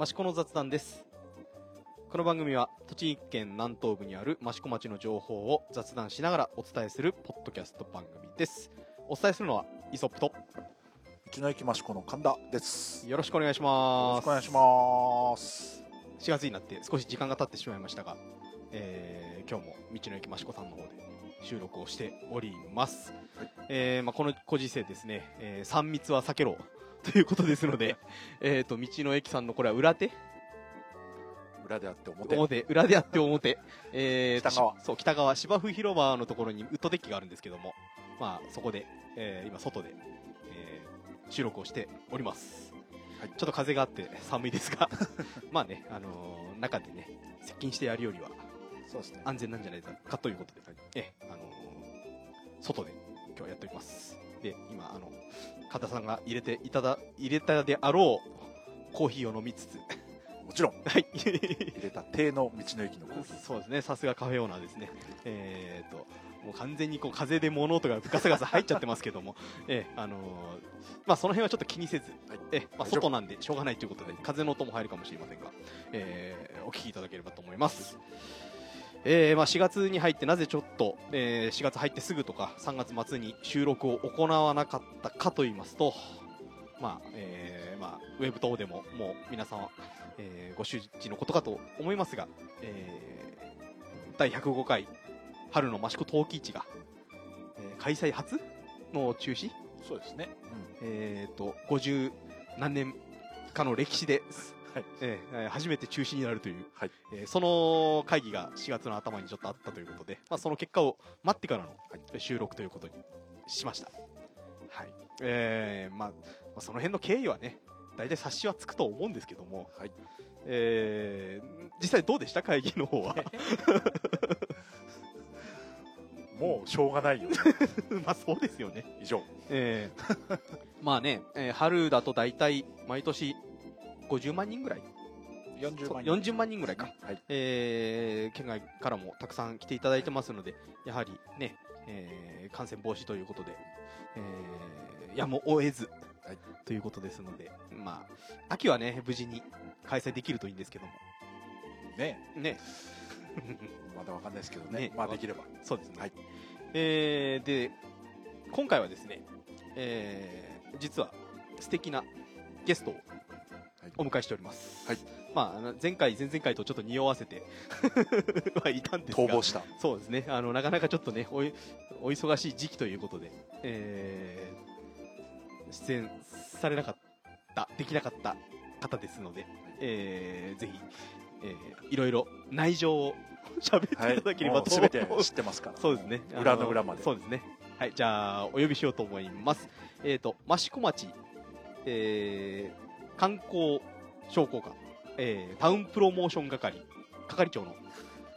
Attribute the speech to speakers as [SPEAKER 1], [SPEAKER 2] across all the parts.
[SPEAKER 1] 益子の雑談ですこの番組は栃木県南東部にある益子町の情報を雑談しながらお伝えするポッドキャスト番組ですお伝えするのはイソップと
[SPEAKER 2] 道の駅益子の神田です。よ
[SPEAKER 1] よろしくお願いし
[SPEAKER 2] ろ
[SPEAKER 1] ます
[SPEAKER 2] しくお願いします。
[SPEAKER 1] 4月になって少し時間が経ってしまいましたが、えー今日も道の駅益子さんの方で収録をしております、えーまあ、このご時世ですね、え3密は避けろということですの でえーと道の駅さんのこれは裏手
[SPEAKER 2] 裏であって表。
[SPEAKER 1] 表裏であって表、えーと
[SPEAKER 2] 北側
[SPEAKER 1] しそう北側芝生広場のところにウッドデッキがあるんですけども、まあ、そこで、えー今外で、えー収録をしております、
[SPEAKER 2] はい
[SPEAKER 1] ちょっと風があって寒い ですがまあね、あのー中でね接近してやるよりは
[SPEAKER 2] そうですね。
[SPEAKER 1] 安全なんじゃないかということで、ええあのー外で今日はやっておりますで今あの片田さんが入れていただ入れたであろうコーヒーを飲みつつ
[SPEAKER 2] もちろん
[SPEAKER 1] はい
[SPEAKER 2] 入れた亭の道の駅のコーヒ
[SPEAKER 1] そうですね、さすがカフェオーナーですね。えー、と、もう完全にこう風で物音がガサガサ入っちゃってますけども、えーあのーまあその辺はちょっと気にせず、
[SPEAKER 2] はい
[SPEAKER 1] えーまあ
[SPEAKER 2] 大丈夫
[SPEAKER 1] 外なんでしょうがないということで、風の音も入るかもしれませんが、えーお聞きいただければと思います。えーまあ4月に入ってなぜちょっと、えー4月入ってすぐとか3月末に収録を行わなかったかと言いますと、まあえーまあ、ウェブ等でももう皆さんは、えーご周知のことかと思いますが、えー第105回春の益子陶器市が、えー開催初の中止、
[SPEAKER 2] ー。そうですね。
[SPEAKER 1] えー、と50何年かの歴史です、
[SPEAKER 2] はい
[SPEAKER 1] えーえー初めて中止になるという、
[SPEAKER 2] はい
[SPEAKER 1] えーその会議が4月の頭にちょっとあったということで、まあ、その結果を待ってからの収録ということにしました、はいえーまあ、まあその辺の経緯はね大体察しはつくと思うんですけども、
[SPEAKER 2] はい
[SPEAKER 1] えー実際どうでした会議の方は
[SPEAKER 2] もうしょうがないよ。
[SPEAKER 1] まあそうですよね
[SPEAKER 2] 以上。
[SPEAKER 1] えー まあね、えー春だと大体毎年50万人ぐらい
[SPEAKER 2] 40万
[SPEAKER 1] そう40万人ぐらいか、
[SPEAKER 2] はい。
[SPEAKER 1] えー県外からもたくさん来ていただいてますのでやはりね、えー感染防止ということで、えーやむを得ず、
[SPEAKER 2] はい
[SPEAKER 1] ということですので、まあ、秋はね無事に開催できるといいんですけども
[SPEAKER 2] ね。
[SPEAKER 1] ね
[SPEAKER 2] まだわかんないですけどね。
[SPEAKER 1] ね
[SPEAKER 2] まあできれば。
[SPEAKER 1] そうですね、
[SPEAKER 2] はい
[SPEAKER 1] えーで今回はですね、えー実は素敵なゲストを
[SPEAKER 2] はい
[SPEAKER 1] お迎えしております、
[SPEAKER 2] はい
[SPEAKER 1] まああの、前回前々回とちょっと匂わせて はいたんですが
[SPEAKER 2] 逃亡した。
[SPEAKER 1] そうですねあのなかなかちょっとねおいお忙しい時期ということで、えー出演されなかったできなかった方ですので、えーぜひ、えーいろいろ内情を 喋っていただければ
[SPEAKER 2] もう
[SPEAKER 1] と思
[SPEAKER 2] 全
[SPEAKER 1] い
[SPEAKER 2] て
[SPEAKER 1] ます、
[SPEAKER 2] 知ってますから。
[SPEAKER 1] そうですね。
[SPEAKER 2] 裏の裏まで
[SPEAKER 1] そうですね。はい、じゃあ、お呼びしようと思います。えっ、と、益子町、えー、観光商工課、えー、タウンプロモーション係、係長の、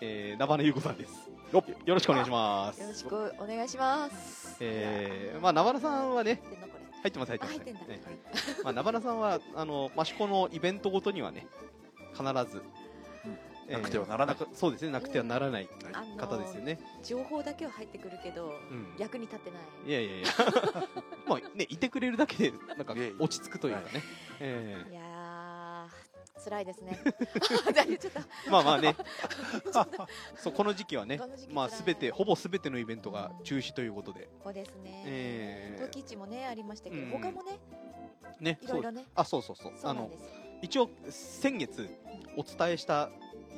[SPEAKER 1] えー、名花優子さんです。
[SPEAKER 2] よっ
[SPEAKER 1] よよろしくお願いします。
[SPEAKER 3] よろしくお願いします。
[SPEAKER 1] えー、まあ、名花さんはね、
[SPEAKER 3] 入ってんのこ
[SPEAKER 1] 入ってます、入
[SPEAKER 3] れ。
[SPEAKER 1] ってます、
[SPEAKER 3] あ入ってんだ
[SPEAKER 1] ええ
[SPEAKER 2] はい
[SPEAKER 1] まあ、名花さんは、あの、益子のイベントごとにはね、必ず、えー
[SPEAKER 2] なくてはならない
[SPEAKER 1] くそうですね、なくてはならない
[SPEAKER 2] はい
[SPEAKER 3] あの
[SPEAKER 1] 方ですよね。
[SPEAKER 3] 情報だけは入ってくるけど、
[SPEAKER 1] うん
[SPEAKER 3] 役に立ってない。
[SPEAKER 1] いやいやいや、 まあね、いてくれるだけで、なんか
[SPEAKER 2] いえいえ
[SPEAKER 1] 落ち着くというかね、
[SPEAKER 2] は
[SPEAKER 1] え
[SPEAKER 3] いやー、辛いです ね。じゃあ言っちゃった。
[SPEAKER 1] えまあまあね、そうこの時期はね
[SPEAKER 3] この時、期
[SPEAKER 1] まあ
[SPEAKER 3] 辛い
[SPEAKER 1] すべて、ほぼすべてのイベントが中止ということで、
[SPEAKER 3] ここですね。
[SPEAKER 1] え
[SPEAKER 3] 陶器市もねありましたけど、
[SPEAKER 1] うん
[SPEAKER 3] 他もね
[SPEAKER 1] えね、
[SPEAKER 3] い
[SPEAKER 1] そ
[SPEAKER 3] ろいうろね。
[SPEAKER 1] あそうそうそう
[SPEAKER 3] そう
[SPEAKER 1] あ
[SPEAKER 3] なん
[SPEAKER 1] の
[SPEAKER 3] です。
[SPEAKER 1] 一応、先月お伝えした、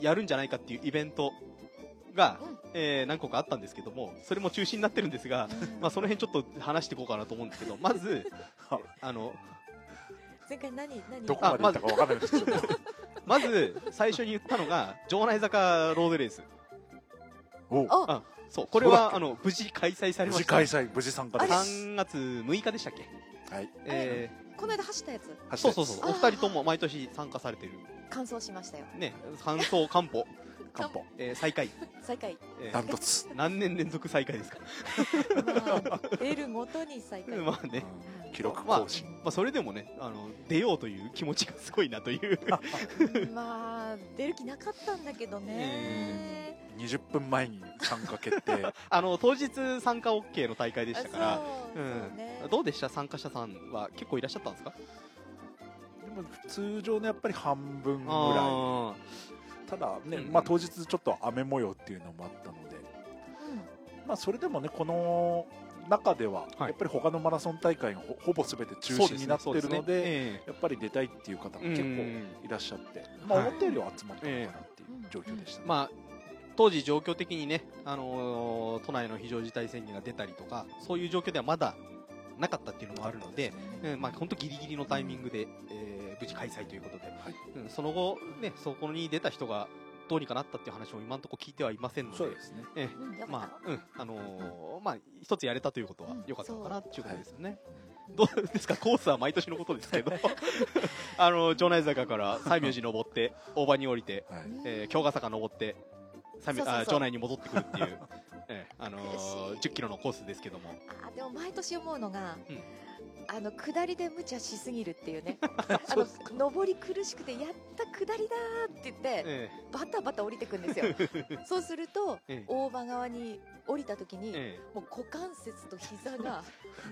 [SPEAKER 1] やるんじゃないかっていうイベントが、
[SPEAKER 3] うん
[SPEAKER 1] えー何個かあったんですけども、それも中止になってるんですが、
[SPEAKER 3] うん
[SPEAKER 1] まあ、その辺ちょっと話していこうかなと思うんですけ ど、まず、あの
[SPEAKER 3] 前回何何
[SPEAKER 2] どこまで行ったかわからないですけど。
[SPEAKER 1] まず最初に言ったのが、城内坂ロードレース。
[SPEAKER 2] おう
[SPEAKER 3] あ
[SPEAKER 1] あそうこれ
[SPEAKER 2] そうだっ
[SPEAKER 1] は
[SPEAKER 2] け
[SPEAKER 1] あの無事開催されま
[SPEAKER 2] 無事
[SPEAKER 1] した
[SPEAKER 2] 開催、無事参加です。
[SPEAKER 1] 3月6日でしたっけ、
[SPEAKER 2] はい。
[SPEAKER 1] え
[SPEAKER 3] この間走ったやつ
[SPEAKER 1] ーそうそうそう
[SPEAKER 3] あ
[SPEAKER 1] お
[SPEAKER 3] ー
[SPEAKER 1] 二人とも毎年参加されてる
[SPEAKER 3] 完走しましたよ。
[SPEAKER 1] ね三走完歩、
[SPEAKER 2] 漢方。
[SPEAKER 1] えー、最下位、
[SPEAKER 3] 再開。
[SPEAKER 1] えー
[SPEAKER 2] ダントツ。
[SPEAKER 1] 何年連続最下位ですか、
[SPEAKER 3] まあ出るごとに再開。
[SPEAKER 1] まあね、
[SPEAKER 2] うん記録
[SPEAKER 1] まあ
[SPEAKER 2] 更新。
[SPEAKER 1] まあ、それでもねあの出ようという気持ちがすごいなという
[SPEAKER 3] まあ出る気なかったんだけどね。
[SPEAKER 2] 20分前に参加決 定。
[SPEAKER 1] あの当日参加 OK の大会でしたから
[SPEAKER 3] あそうそうね
[SPEAKER 1] ん、どうでした参加者さんは結構いらっしゃったんですか
[SPEAKER 2] でもまあ通常のやっぱり半分ぐら
[SPEAKER 1] あ
[SPEAKER 2] いただね、
[SPEAKER 1] うん
[SPEAKER 2] まあ、当日ちょっと雨模様っていうのもあったので、まあ、それでもねこの中では
[SPEAKER 1] はい
[SPEAKER 2] やっぱり他のマラソン大会がほほぼ全て
[SPEAKER 1] ー
[SPEAKER 2] 中
[SPEAKER 1] そう
[SPEAKER 2] 止
[SPEAKER 1] すね
[SPEAKER 2] になってる
[SPEAKER 1] そ
[SPEAKER 2] の
[SPEAKER 1] うすね
[SPEAKER 2] で
[SPEAKER 1] え
[SPEAKER 2] やっぱり出たいっていう方も
[SPEAKER 1] え
[SPEAKER 2] 結
[SPEAKER 1] う
[SPEAKER 2] 構
[SPEAKER 1] ん
[SPEAKER 2] いらっしゃって、まあ、
[SPEAKER 1] はい
[SPEAKER 2] 思ったよりは集まったのかなっていう状況でしたね。
[SPEAKER 1] まあ当時状況的にね、あのー都内の非常事態宣言が出たりとかそういう状況ではまだなかったっていうのもあるので、うんまあ、本当ギリギリのタイミングで、えー無事開催ということで、
[SPEAKER 2] はい
[SPEAKER 1] うんその後、ね、そこに出た人がどうにかなったっていう話も今のところ聞いてはいませんので
[SPEAKER 2] そうですね
[SPEAKER 1] え
[SPEAKER 3] うんうん
[SPEAKER 1] え
[SPEAKER 3] よかっ
[SPEAKER 1] まあ、うん、あのーまあ、一つやれたということは
[SPEAKER 3] うん
[SPEAKER 1] 良かったのかなっていうことですよね。
[SPEAKER 3] そう
[SPEAKER 1] どう ですか、コースは毎年のことですけど、 あのー、城内坂から西明寺登って、大場に降りて、
[SPEAKER 2] はい
[SPEAKER 3] た
[SPEAKER 1] えー、京ヶ坂登って、西明
[SPEAKER 3] そうそうそう
[SPEAKER 1] あ城内に戻ってくるっていう、ええあのー
[SPEAKER 3] 悔しい
[SPEAKER 1] 10キロのコースですけども、
[SPEAKER 3] あでも毎年思うのが、
[SPEAKER 1] うん
[SPEAKER 3] あの下りで無茶しすぎるっていう ねあの上り苦しくてやった下りだーって言って
[SPEAKER 1] え
[SPEAKER 3] バタバタ降りてく んですよそうすると
[SPEAKER 1] ええ
[SPEAKER 3] 大場側に降りた時に、
[SPEAKER 1] ええ
[SPEAKER 3] もう股関節と膝 が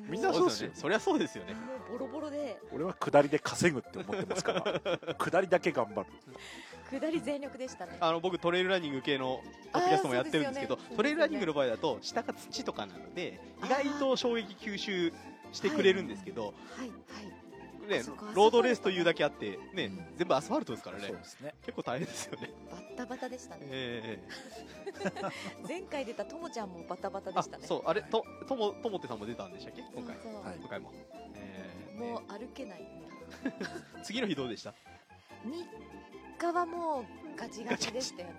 [SPEAKER 1] え
[SPEAKER 2] みんなそうです
[SPEAKER 1] で
[SPEAKER 2] よ
[SPEAKER 1] すね。そりゃそうですよね。
[SPEAKER 3] もうボロボロで
[SPEAKER 2] 俺は下りで稼ぐって思ってますか ら下りだけ頑張る
[SPEAKER 3] 下り全力でしたね
[SPEAKER 1] あの僕トレイルランニング系のポッドキャストもやってるんですけど
[SPEAKER 3] あーそうですよね
[SPEAKER 1] トレイルランニングの場合だと下が土とかなので
[SPEAKER 3] あー
[SPEAKER 1] 意外と衝撃吸収してくれるんですけど、
[SPEAKER 3] はいはい
[SPEAKER 1] ね
[SPEAKER 3] あそうか、
[SPEAKER 1] ロードレースというだけあって、ね
[SPEAKER 2] うん
[SPEAKER 1] 全部アスファルトですか
[SPEAKER 2] そ
[SPEAKER 1] ら
[SPEAKER 2] う
[SPEAKER 1] ね
[SPEAKER 2] ですね
[SPEAKER 1] 結構大変ですよ ね、
[SPEAKER 3] バッタバタでしたね
[SPEAKER 1] え
[SPEAKER 3] 前回出たともちゃんもバタバタ
[SPEAKER 1] え
[SPEAKER 3] でしたね
[SPEAKER 1] あそうあれとともともてさんも出たんでしたっけ今回
[SPEAKER 3] そうそう
[SPEAKER 2] はい
[SPEAKER 1] 今回も、ええ
[SPEAKER 3] も
[SPEAKER 1] ね
[SPEAKER 3] う歩けないね
[SPEAKER 1] 次の日どうでした
[SPEAKER 3] 3日はもうガチガチでしたよね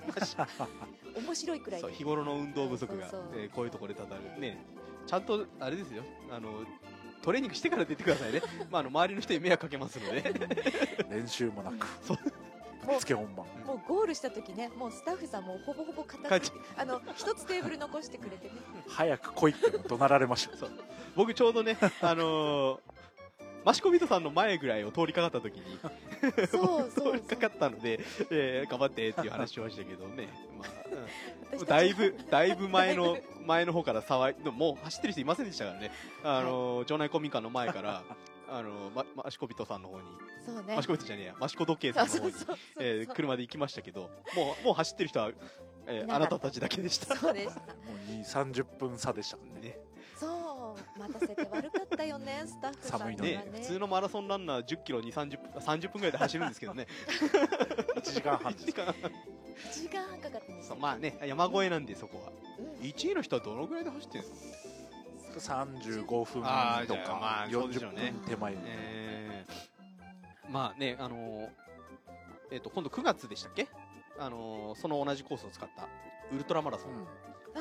[SPEAKER 3] 面白いくらい
[SPEAKER 1] そう日頃の運動不足が
[SPEAKER 3] そうそう
[SPEAKER 1] ええこういうところでたたるねちゃんとあれですよあのトレーニングしてから出てください ね、まあ、あの周りの人に迷惑かけますので
[SPEAKER 2] 練習もなく
[SPEAKER 1] そう
[SPEAKER 2] ぶっつけ本番
[SPEAKER 3] もうゴールした時ねもうスタッフさんもほぼほぼ
[SPEAKER 1] 帰っ
[SPEAKER 3] 片
[SPEAKER 1] ち
[SPEAKER 3] 付けあの一つテーブル残してく れてね
[SPEAKER 2] 早く来いっても怒鳴られました
[SPEAKER 1] そう僕ちょうどね、 あのー、マシコビトさんの前ぐらいを通りかかった時に
[SPEAKER 3] そうそうそ
[SPEAKER 1] 通り
[SPEAKER 3] う
[SPEAKER 1] かかったので、えー頑張ってっていう話をしたけどね、まあ
[SPEAKER 3] 私たち
[SPEAKER 1] うん、
[SPEAKER 3] も
[SPEAKER 1] だいぶだいぶ前
[SPEAKER 3] だ
[SPEAKER 1] の
[SPEAKER 3] いぶ
[SPEAKER 1] 前の方から騒いでももう走ってる人いませんでしたからね、あのー場内公民館の前から、あのーま、マシコビトさんの方に
[SPEAKER 3] そうね
[SPEAKER 1] マシコビトじゃねえやマシコ時計
[SPEAKER 3] そ
[SPEAKER 1] さ
[SPEAKER 3] うん
[SPEAKER 1] の
[SPEAKER 3] そ
[SPEAKER 1] 方に
[SPEAKER 3] うそうそう
[SPEAKER 1] えー車で行きましたけどもうもう走ってる人は、えー
[SPEAKER 3] いな
[SPEAKER 1] あ
[SPEAKER 3] か
[SPEAKER 1] な
[SPEAKER 3] った
[SPEAKER 1] たたちだけでした。
[SPEAKER 3] そうでした
[SPEAKER 2] もう2 3 0分差でしたからね
[SPEAKER 1] ね
[SPEAKER 3] そう待たせて悪かったよ ねスタッフさんが
[SPEAKER 2] 寒い
[SPEAKER 3] ね
[SPEAKER 2] のに
[SPEAKER 1] ね、普通のマラソンランナー10キロに30分30分ぐらいで走るんですけどね、
[SPEAKER 2] 1時間半で
[SPEAKER 1] 1
[SPEAKER 2] す
[SPEAKER 1] 時間
[SPEAKER 3] 1時間半かかってます
[SPEAKER 1] そうまあね山越えなんでそこは
[SPEAKER 3] うん
[SPEAKER 1] 1位の人はどのぐらいで走ってるんですか、
[SPEAKER 2] 35分と
[SPEAKER 1] あー
[SPEAKER 2] か
[SPEAKER 1] じゃあまあそうでしょう
[SPEAKER 2] 40
[SPEAKER 1] ね
[SPEAKER 2] 分手前
[SPEAKER 1] えーまあねあのーえっ、と今度9月でしたっけあのーその同じコースを使ったウルトラマラソン、
[SPEAKER 2] うん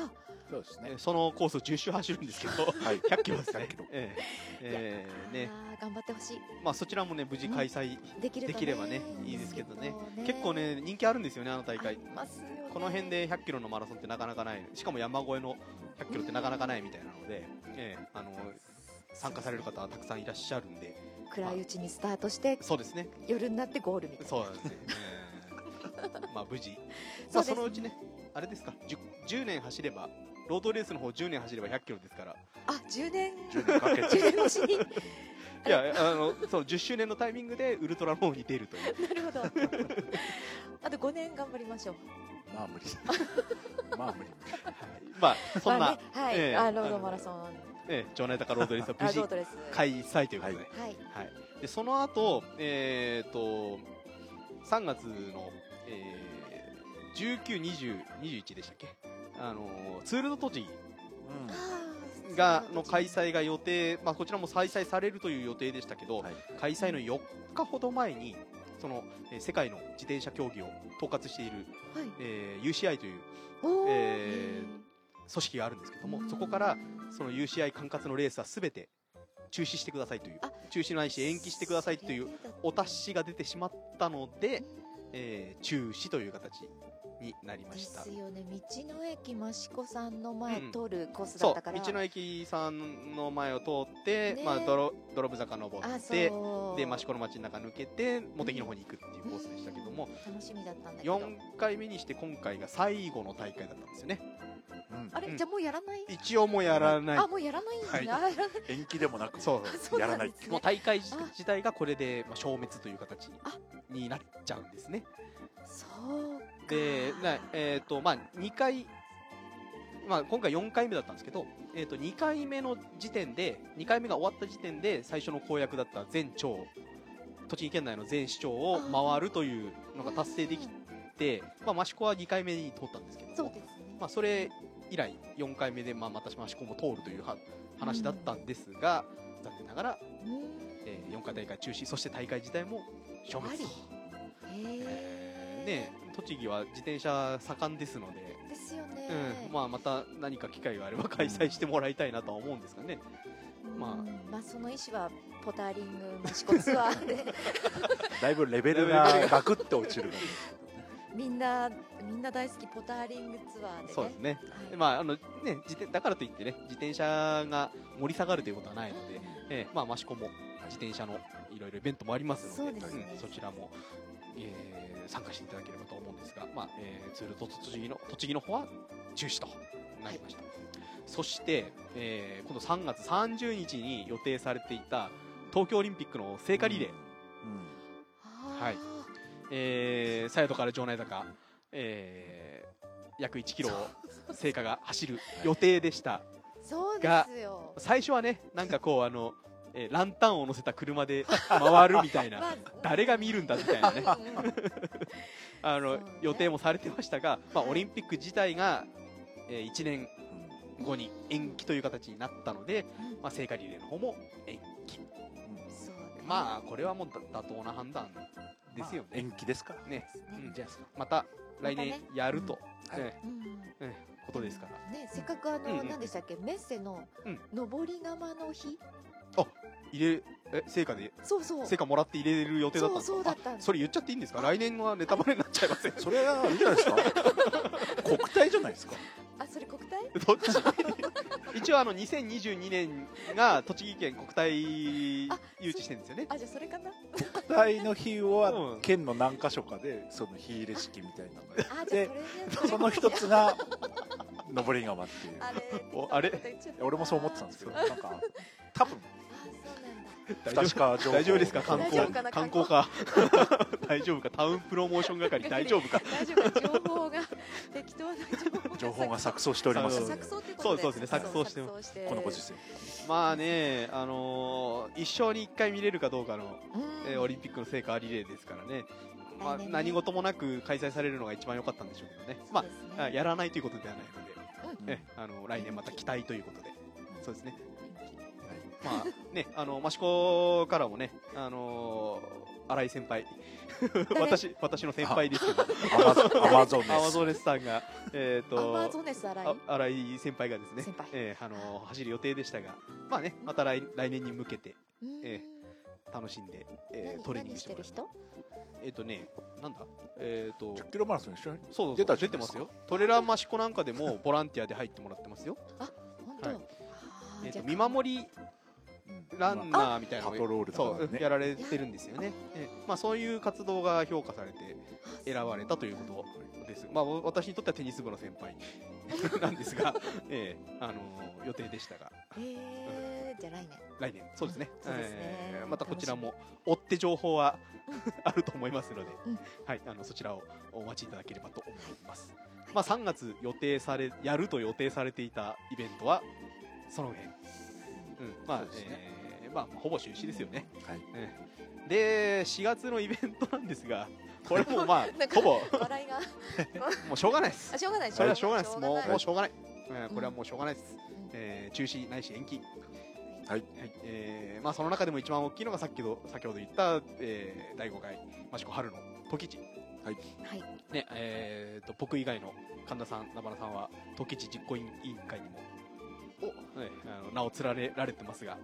[SPEAKER 3] あ
[SPEAKER 2] そうです
[SPEAKER 1] え
[SPEAKER 2] ね
[SPEAKER 1] ーそのコースを10周走るんですけど
[SPEAKER 2] はい
[SPEAKER 1] 100キロですね
[SPEAKER 2] 100キロ
[SPEAKER 1] えええーね
[SPEAKER 3] あー頑張ってほしい
[SPEAKER 1] まあそちらもね無事開催、
[SPEAKER 3] できれば
[SPEAKER 1] できればねいいですけどね結構ね人気あるんですよねあの大会
[SPEAKER 3] ありますよね
[SPEAKER 1] この辺で100キロのマラソンってなかなかないしかも山越えの100キロってなかなかないみたいなので、ええあのー参加される方はたくさんいらっしゃるんで
[SPEAKER 3] 暗いうちにスタートして
[SPEAKER 1] そうですね
[SPEAKER 3] 夜になってゴールみたいな
[SPEAKER 1] そうなんですね。まあ無事。
[SPEAKER 3] そ
[SPEAKER 1] まあ
[SPEAKER 3] うで
[SPEAKER 1] そ
[SPEAKER 3] す
[SPEAKER 1] のうちね、あれですか、10, 10年走れば、ロードレースの方10年走れば100キロですから、
[SPEAKER 3] あ10年
[SPEAKER 2] 10年 かけて
[SPEAKER 3] 10年越しに
[SPEAKER 1] いや、あの、その10周年のタイミングでウルトラの方に出るという。
[SPEAKER 3] なるほど あと5年頑張りましょう
[SPEAKER 2] まあ無理まあ無理
[SPEAKER 1] まあ、そん
[SPEAKER 3] ま
[SPEAKER 1] な、
[SPEAKER 3] あねはい、
[SPEAKER 1] ええ
[SPEAKER 3] あロードマラソンあ
[SPEAKER 1] ええ、城内高ロードレースは無
[SPEAKER 3] ロー
[SPEAKER 1] 事
[SPEAKER 3] ドレース
[SPEAKER 1] 開催ということで、
[SPEAKER 2] は
[SPEAKER 3] はい
[SPEAKER 1] はい。で、その後、えっ、と、3月の、えー、19、20、21でしたっけあの、ツールド栃木
[SPEAKER 2] うん
[SPEAKER 1] がの開催が予定、まあ、こちらも開催されるという予定でしたけど、
[SPEAKER 2] はい
[SPEAKER 1] 開催の4日ほど前にその、えー世界の自転車競技を統括している、
[SPEAKER 3] はい
[SPEAKER 1] えー UCI という
[SPEAKER 3] おー
[SPEAKER 1] え組織があるんですけどもそこからその UCI 管轄のレースは全て中止してくださいという
[SPEAKER 3] あ
[SPEAKER 1] 中止ないし延期してくださいというお達しが出てしまったので、えー中止という形になりま
[SPEAKER 3] で
[SPEAKER 1] した
[SPEAKER 3] す。よね道の駅益子さんの前
[SPEAKER 1] うん
[SPEAKER 3] 通るコースだ
[SPEAKER 1] そ
[SPEAKER 3] っ
[SPEAKER 1] う
[SPEAKER 3] たから、
[SPEAKER 1] 道の駅さんの前を通って、
[SPEAKER 3] ね
[SPEAKER 1] まあ、泥泥部坂登
[SPEAKER 3] あ
[SPEAKER 1] って
[SPEAKER 3] そう
[SPEAKER 1] で益子の町の中抜けて茂木の方に行くっていうコースでしたけども
[SPEAKER 3] うん楽しみだったんだけど
[SPEAKER 1] 4回目にして今回が最後の大会だったんですよね、
[SPEAKER 2] うんうん
[SPEAKER 3] あれじゃあもうやらない、
[SPEAKER 1] 一応もうやらない
[SPEAKER 3] あもうやらないんだ、
[SPEAKER 2] はい
[SPEAKER 3] あ やらない
[SPEAKER 2] 延期でもなく
[SPEAKER 1] そう
[SPEAKER 3] あそう
[SPEAKER 2] や
[SPEAKER 3] な
[SPEAKER 2] ら
[SPEAKER 3] ん
[SPEAKER 2] ない
[SPEAKER 3] です
[SPEAKER 1] もう
[SPEAKER 3] ね
[SPEAKER 1] 大会自
[SPEAKER 3] あ
[SPEAKER 1] 自体がこれでまあ消滅という形に
[SPEAKER 3] あ
[SPEAKER 1] になっちゃうんですね。
[SPEAKER 3] そうか
[SPEAKER 1] で、なえっ、と、まあ、2回、まあ、今回4回目だったんですけど、えっ、と、2回目の時点で、2回目が終わった時点で、最初の公約だった全町、栃木県内の全市町を回るというのが達成できて、まあ、益子は2回目に通ったんですけど
[SPEAKER 3] そう
[SPEAKER 1] も
[SPEAKER 3] で、すね、
[SPEAKER 1] まあ、それ以来、4回目で、まあ、また益子も通るというは話だったんですが、残念ながら、
[SPEAKER 3] うん
[SPEAKER 1] え4回大会中止、そして大会自体も消滅と
[SPEAKER 3] 終。へ
[SPEAKER 1] えーね、栃木は自転車盛んですので、
[SPEAKER 3] えですよね、
[SPEAKER 1] うんまあ、また何か機会があれば開催してもらいたいなとは思うんですがね、まあ
[SPEAKER 3] うんまあその意思はポタリング益子ツアーで
[SPEAKER 2] だいぶレベルがガクッと落ちる感じですけどね
[SPEAKER 3] みんなみんな大好きポタリングツアーでね
[SPEAKER 1] そうですね
[SPEAKER 3] はい
[SPEAKER 1] まああのね自転だからといってね自転車が盛り下がるということはないので、えーまあ、益子も自転車のいろいろイベントもあります
[SPEAKER 3] そ
[SPEAKER 1] の
[SPEAKER 3] う
[SPEAKER 1] で
[SPEAKER 3] ですね
[SPEAKER 1] んそちらも、えー参加していただければと思うんですが、まあえーツールと栃木の栃木の方は中止となりました、そして、えー今度3月30日に予定されていた東京オリンピックの聖火リレー、
[SPEAKER 2] うん
[SPEAKER 3] あー
[SPEAKER 1] はいえー、サイドから城内坂、えー約1キロを聖火が走る予定でした
[SPEAKER 3] そうですよ
[SPEAKER 1] 最初はねなんかこうあの、えーランタンを乗せた車で回るみたいな 誰が見るんだみたいな ね
[SPEAKER 3] うんうん
[SPEAKER 1] あの、
[SPEAKER 3] そうね
[SPEAKER 1] 予定もされてましたが、まあ、
[SPEAKER 3] はい
[SPEAKER 1] オリンピック自体が、え1年後に延期という形になったので、まあ、聖火リレーの方も延期
[SPEAKER 3] そうね
[SPEAKER 1] まあこれはもうだ妥当な判断ですよね、
[SPEAKER 2] まあ延期ですから
[SPEAKER 1] ね
[SPEAKER 3] ね
[SPEAKER 1] うんじゃあまた来年やると、
[SPEAKER 2] またね
[SPEAKER 1] ね
[SPEAKER 3] うん
[SPEAKER 1] ねことですから
[SPEAKER 3] ねせっかくあの、
[SPEAKER 1] うんうん
[SPEAKER 3] 何でしたっけメッセの
[SPEAKER 1] うん
[SPEAKER 3] 上り窯の日
[SPEAKER 1] 入れえ成果で
[SPEAKER 3] そうそう
[SPEAKER 1] 成果もらって入れる予定だったんですか
[SPEAKER 3] そうそうだったん
[SPEAKER 1] あ
[SPEAKER 3] です
[SPEAKER 1] それ言っちゃっていいんですか来年はネタバレになっちゃいません
[SPEAKER 2] それはいいんじゃないですか国体じゃないですか
[SPEAKER 3] あそれ国体
[SPEAKER 1] どっち 一応あの2022年が栃木県国体誘致してるんですよね
[SPEAKER 3] あじゃあそれかな
[SPEAKER 2] 国体の日は
[SPEAKER 1] うん
[SPEAKER 2] 県の何か所かでその火入れ式みたいなのがや
[SPEAKER 3] あ
[SPEAKER 2] っ
[SPEAKER 3] じゃあ
[SPEAKER 2] て
[SPEAKER 3] それね
[SPEAKER 2] その一つが上り窯っていう
[SPEAKER 3] あれ
[SPEAKER 1] おあれ
[SPEAKER 3] 適当なこと言っちゃった
[SPEAKER 2] 俺もそう思ってたんですけど
[SPEAKER 3] あ
[SPEAKER 2] なんか多分
[SPEAKER 3] そうなんだ
[SPEAKER 2] 不確か情報
[SPEAKER 1] 大丈夫ですか観
[SPEAKER 3] 大
[SPEAKER 1] 光
[SPEAKER 3] 丈夫かな
[SPEAKER 1] 観光課 大丈夫かタウンプロモーション係大丈夫か
[SPEAKER 3] 大丈夫か情報が 適当な
[SPEAKER 2] 情報が錯綜して
[SPEAKER 3] て
[SPEAKER 2] おります
[SPEAKER 1] そ
[SPEAKER 2] の
[SPEAKER 1] う
[SPEAKER 2] で
[SPEAKER 3] 錯綜ってことで
[SPEAKER 1] そうそうですね錯綜してま
[SPEAKER 3] そう錯綜
[SPEAKER 2] このご時世
[SPEAKER 1] まあねあのー一生に一回見れるかどうかの、
[SPEAKER 3] うん
[SPEAKER 1] えーオリンピックの聖火リレーですからねまあ
[SPEAKER 3] 来年ね
[SPEAKER 1] 何事もなく開催されるのが一番良かったんでしょうけどね
[SPEAKER 3] そう
[SPEAKER 1] ま
[SPEAKER 3] ですね
[SPEAKER 1] ああやらないということではないので、
[SPEAKER 2] うん
[SPEAKER 1] えあの来年また期待ということで、そうですね、まあね、あの益子からもね、あのー新井先 輩、
[SPEAKER 3] 誰
[SPEAKER 1] 私私の先輩ですけど、
[SPEAKER 2] アマゾ ンアマゾンで
[SPEAKER 1] アマ
[SPEAKER 2] す
[SPEAKER 1] ゾネスさんが、えー、
[SPEAKER 3] アマ
[SPEAKER 1] と
[SPEAKER 3] ゾネス新井
[SPEAKER 1] あ新井先輩がですね
[SPEAKER 3] 先輩、
[SPEAKER 1] えーあのー走る予定でしたが、まあね、また来来年に向けて
[SPEAKER 3] うん
[SPEAKER 1] え楽しんで、えー
[SPEAKER 3] 何
[SPEAKER 1] トレーニン
[SPEAKER 3] 何
[SPEAKER 1] グ
[SPEAKER 3] し
[SPEAKER 1] しても
[SPEAKER 3] てる
[SPEAKER 1] らう。
[SPEAKER 3] 人
[SPEAKER 1] えっ、とね、なんだ、えっ、と
[SPEAKER 2] 10。キロマラソン一緒に
[SPEAKER 1] そうそうそう
[SPEAKER 2] 出たじ
[SPEAKER 1] 出
[SPEAKER 2] ゃな
[SPEAKER 1] て
[SPEAKER 2] い
[SPEAKER 1] ま
[SPEAKER 2] ですすか
[SPEAKER 1] よトレラン益子なんかでもボランティアで入ってもらってますよ、
[SPEAKER 3] 本当
[SPEAKER 1] はい
[SPEAKER 3] あー
[SPEAKER 1] えー、
[SPEAKER 3] じゃ
[SPEAKER 1] と
[SPEAKER 3] あ
[SPEAKER 1] 見守りランナーみたいなの
[SPEAKER 2] パ
[SPEAKER 1] を
[SPEAKER 2] トロールだか
[SPEAKER 1] そ
[SPEAKER 2] ら
[SPEAKER 1] う、
[SPEAKER 2] ね
[SPEAKER 1] やられてるんですよね、ええまあ、そういう活動が評価されて選ばれたというこ
[SPEAKER 2] は
[SPEAKER 1] とです、まあ、私にとってはテニス部の先輩なんです が、ええあのー予定でしたが
[SPEAKER 3] えーじゃあ来年
[SPEAKER 1] 来年そうですね
[SPEAKER 3] そうですね
[SPEAKER 1] ええまたこちらも追って情報は あると思いますので、
[SPEAKER 3] うん
[SPEAKER 1] はい、あのそちらをお待ちいただければと思います、
[SPEAKER 3] はい
[SPEAKER 1] まあ、3月予定されやると予定されていたイベントはその上、うんまあ
[SPEAKER 2] そうですね
[SPEAKER 1] ええまあ、ほぼ中止ですよね
[SPEAKER 2] い
[SPEAKER 1] で4月のイベントなんです がこれもうま
[SPEAKER 3] なん
[SPEAKER 1] あ
[SPEAKER 3] か
[SPEAKER 1] ほぼ
[SPEAKER 3] 笑いが
[SPEAKER 1] もうしょうがないです
[SPEAKER 3] あしょうがない
[SPEAKER 1] それはしょうがないですもうもう
[SPEAKER 3] し
[SPEAKER 1] し
[SPEAKER 3] ょ
[SPEAKER 1] ょうがない、うんこれはもうしょうがないです、えー中止ないし延期
[SPEAKER 2] はい
[SPEAKER 1] えーまあ、その中でも一番大きいのが先ほど先ほど言った、えー第5回益子春の時市
[SPEAKER 3] うがないはい
[SPEAKER 1] ねえーと僕以外の神田さん、名原さんは時市実行委員委員会にもお、えーあの名を連ねられてますが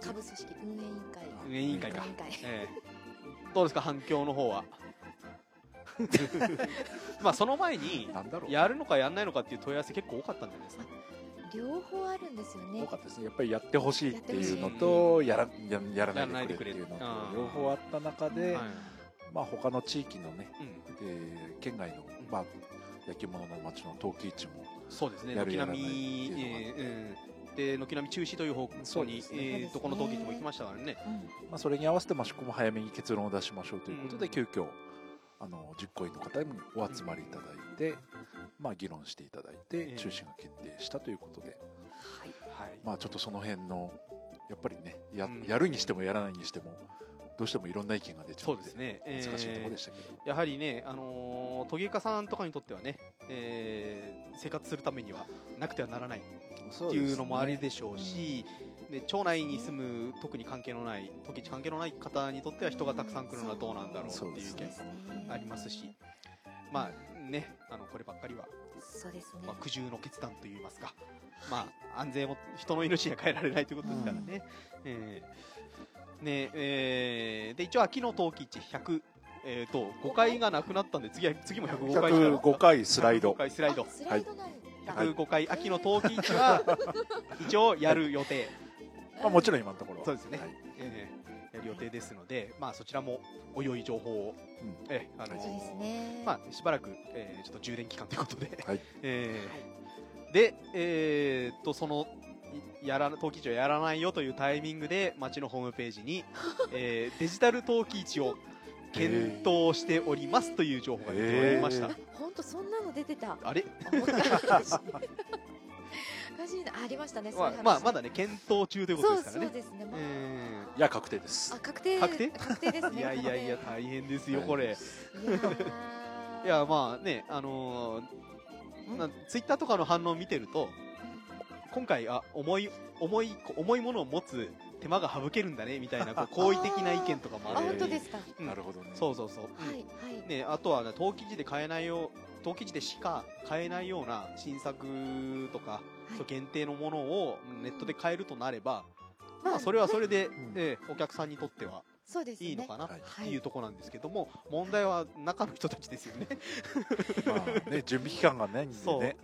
[SPEAKER 3] 下部組織運営委員会
[SPEAKER 1] 運営委員会か
[SPEAKER 3] 運営委員会
[SPEAKER 1] ええどうですか反響の方はまあその前に
[SPEAKER 2] なんだろう
[SPEAKER 1] やるのかやらないのかっていう問い合わせ結構多かったんじゃないですか
[SPEAKER 3] 両方あるんですよね
[SPEAKER 2] 多かったですねやっぱりやってほしいっていうの
[SPEAKER 1] やってほ
[SPEAKER 2] と
[SPEAKER 1] しい
[SPEAKER 2] やらややら
[SPEAKER 1] やらな
[SPEAKER 2] ないい
[SPEAKER 1] で
[SPEAKER 2] で
[SPEAKER 1] く
[SPEAKER 2] く
[SPEAKER 1] れ
[SPEAKER 2] れ
[SPEAKER 1] っ
[SPEAKER 2] って
[SPEAKER 1] い
[SPEAKER 2] ていうう
[SPEAKER 1] のと
[SPEAKER 2] のと
[SPEAKER 1] 両
[SPEAKER 2] 両
[SPEAKER 1] 方
[SPEAKER 2] 方
[SPEAKER 1] あ
[SPEAKER 2] あった中で、
[SPEAKER 1] はい
[SPEAKER 2] まあ他の地域のね、
[SPEAKER 1] うん
[SPEAKER 2] えー県外の、まあ、焼き物の町の陶器市も
[SPEAKER 1] そうですね
[SPEAKER 2] やる
[SPEAKER 1] 軒
[SPEAKER 2] やら
[SPEAKER 1] 並
[SPEAKER 2] ない
[SPEAKER 1] み
[SPEAKER 2] っていうのが
[SPEAKER 1] えーうんで軒並み中止という方
[SPEAKER 2] そ
[SPEAKER 1] 向
[SPEAKER 2] うで
[SPEAKER 1] に、
[SPEAKER 2] す
[SPEAKER 1] え
[SPEAKER 2] ね
[SPEAKER 1] ー、とこの当日も行きましたからね
[SPEAKER 2] まあ、それに合わせて益子も早めに結論を出しましょうということで、
[SPEAKER 1] うん
[SPEAKER 2] 急遽あの実行委員の方にお集まりいただいて、まあ、議論していただい
[SPEAKER 1] え
[SPEAKER 2] て
[SPEAKER 1] え
[SPEAKER 2] 中止が決定したということで、
[SPEAKER 3] はい。
[SPEAKER 1] はい
[SPEAKER 2] まあ、ちょっとその辺のやっぱりねや
[SPEAKER 1] うん
[SPEAKER 2] やるにしてもやらないにしてもどうしてもいろんな意見が出ちゃう
[SPEAKER 1] そう
[SPEAKER 2] の
[SPEAKER 1] で
[SPEAKER 2] です
[SPEAKER 1] ね、えー
[SPEAKER 2] 難しいところでしたけど、
[SPEAKER 1] やはりね、あのー、トゲカさんとかにとってはね、えー生活するためにはなくてはならないっていうのもありでしょうし、で町内に住む特に関係のない時地関係のない方にとっては人がたくさん来るのはどうなんだろうって
[SPEAKER 2] そうで
[SPEAKER 1] いう
[SPEAKER 2] す
[SPEAKER 1] 意
[SPEAKER 2] ね
[SPEAKER 1] 見もありますし、まあねあのこればっかりは、
[SPEAKER 3] そうですね
[SPEAKER 1] まあ、苦渋の決断といいますか、まあ、安全も人の命が変えられないということですからね,、えーねえーで一応秋の冬季一100えー、と5回がなくなったんで次は次も105回から
[SPEAKER 2] 105回スラ
[SPEAKER 1] 105
[SPEAKER 2] イド
[SPEAKER 1] 回スライド
[SPEAKER 3] あスライドなんだ。
[SPEAKER 2] はい
[SPEAKER 1] 105回秋の冬季一 は一応やる予定
[SPEAKER 2] まあ、もちろん今のところは
[SPEAKER 1] そうですね
[SPEAKER 2] はい
[SPEAKER 1] ええやる予定ですので、まあ、そちらもおよい情報を、
[SPEAKER 2] うん
[SPEAKER 1] ええあの
[SPEAKER 2] はい
[SPEAKER 3] そうですね。
[SPEAKER 1] まあ、しばらく、ええちょっと充電期間ということで、
[SPEAKER 2] はい
[SPEAKER 1] ええで、ええっとそのいやら陶器市をやらないよというタイミングで町のホームページ に、ええデジタル陶器市を検討しておりますという情報が出ておりました、
[SPEAKER 2] へ
[SPEAKER 3] 本当そんなの出 てた。
[SPEAKER 1] あれ、
[SPEAKER 3] おかしいおかしいなあありましたね。
[SPEAKER 1] まあ
[SPEAKER 3] そういう話
[SPEAKER 1] まあまだね検討中ということですからね
[SPEAKER 3] そうそうですね。まあ
[SPEAKER 1] え
[SPEAKER 2] いや確定です
[SPEAKER 3] あ確定
[SPEAKER 1] 確定
[SPEAKER 3] です
[SPEAKER 1] え
[SPEAKER 3] ね。
[SPEAKER 1] いやいやいや
[SPEAKER 3] 確
[SPEAKER 1] 大変ですよこれ、
[SPEAKER 3] 定いやー
[SPEAKER 1] いやまあねあのーなツイッターとかの反応を見てると今回あ重い重い重いものを持つ手間が省けるんだねみたい なこう好意的な意見とかも
[SPEAKER 3] あ
[SPEAKER 1] ある
[SPEAKER 3] 本当ですか。は
[SPEAKER 1] うん
[SPEAKER 2] なるほどね
[SPEAKER 1] そうそうそう、
[SPEAKER 3] いはい。
[SPEAKER 1] ね、あとはね陶器市で買えないよう陶器市でしか買えないような新作とか、
[SPEAKER 3] い
[SPEAKER 1] そう限定のものをネットで買えるとなれば、
[SPEAKER 3] ま
[SPEAKER 1] まあ、それはそれで、
[SPEAKER 2] ん
[SPEAKER 1] ええお客さんにとっては
[SPEAKER 3] そうですね。
[SPEAKER 1] いいのかなって
[SPEAKER 2] はい
[SPEAKER 1] いうところなんですけども、問題は中の人たちですよね。
[SPEAKER 2] まあね準備期間がね
[SPEAKER 1] そう
[SPEAKER 2] ね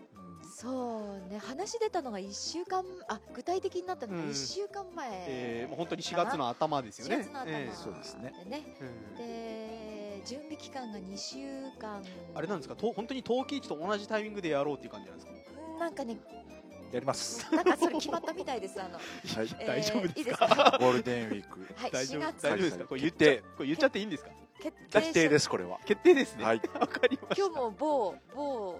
[SPEAKER 3] そうね話出たのが一週間あ具体的になったのが
[SPEAKER 1] うん
[SPEAKER 3] 一週間前、
[SPEAKER 1] えーもう本当に4月の頭ですよ
[SPEAKER 3] 4
[SPEAKER 1] ね。
[SPEAKER 3] 月の頭
[SPEAKER 1] ええ
[SPEAKER 2] そうですね
[SPEAKER 3] でね
[SPEAKER 1] うん
[SPEAKER 3] で準備期間が2週間
[SPEAKER 1] あれなんですか、と本当に陶器市と同じタイミングでやろうっていう感じなんですか。
[SPEAKER 3] うんなんかね
[SPEAKER 2] うんやり ます
[SPEAKER 3] なんかそれ決まったみたいですあの、
[SPEAKER 2] はい
[SPEAKER 3] えー
[SPEAKER 1] 大丈夫ですか
[SPEAKER 3] いいですか
[SPEAKER 2] ゴールデンウィーク
[SPEAKER 3] はい
[SPEAKER 1] 大丈
[SPEAKER 3] 4
[SPEAKER 1] 夫
[SPEAKER 3] 月
[SPEAKER 1] 大丈夫ですか。これ言っち
[SPEAKER 2] 決
[SPEAKER 1] ゃこれ言っちゃっていいんですか。
[SPEAKER 3] 決定
[SPEAKER 2] 確定ですこれは
[SPEAKER 1] 決定ですね。
[SPEAKER 2] はい
[SPEAKER 1] わかりました。
[SPEAKER 3] 今日も某某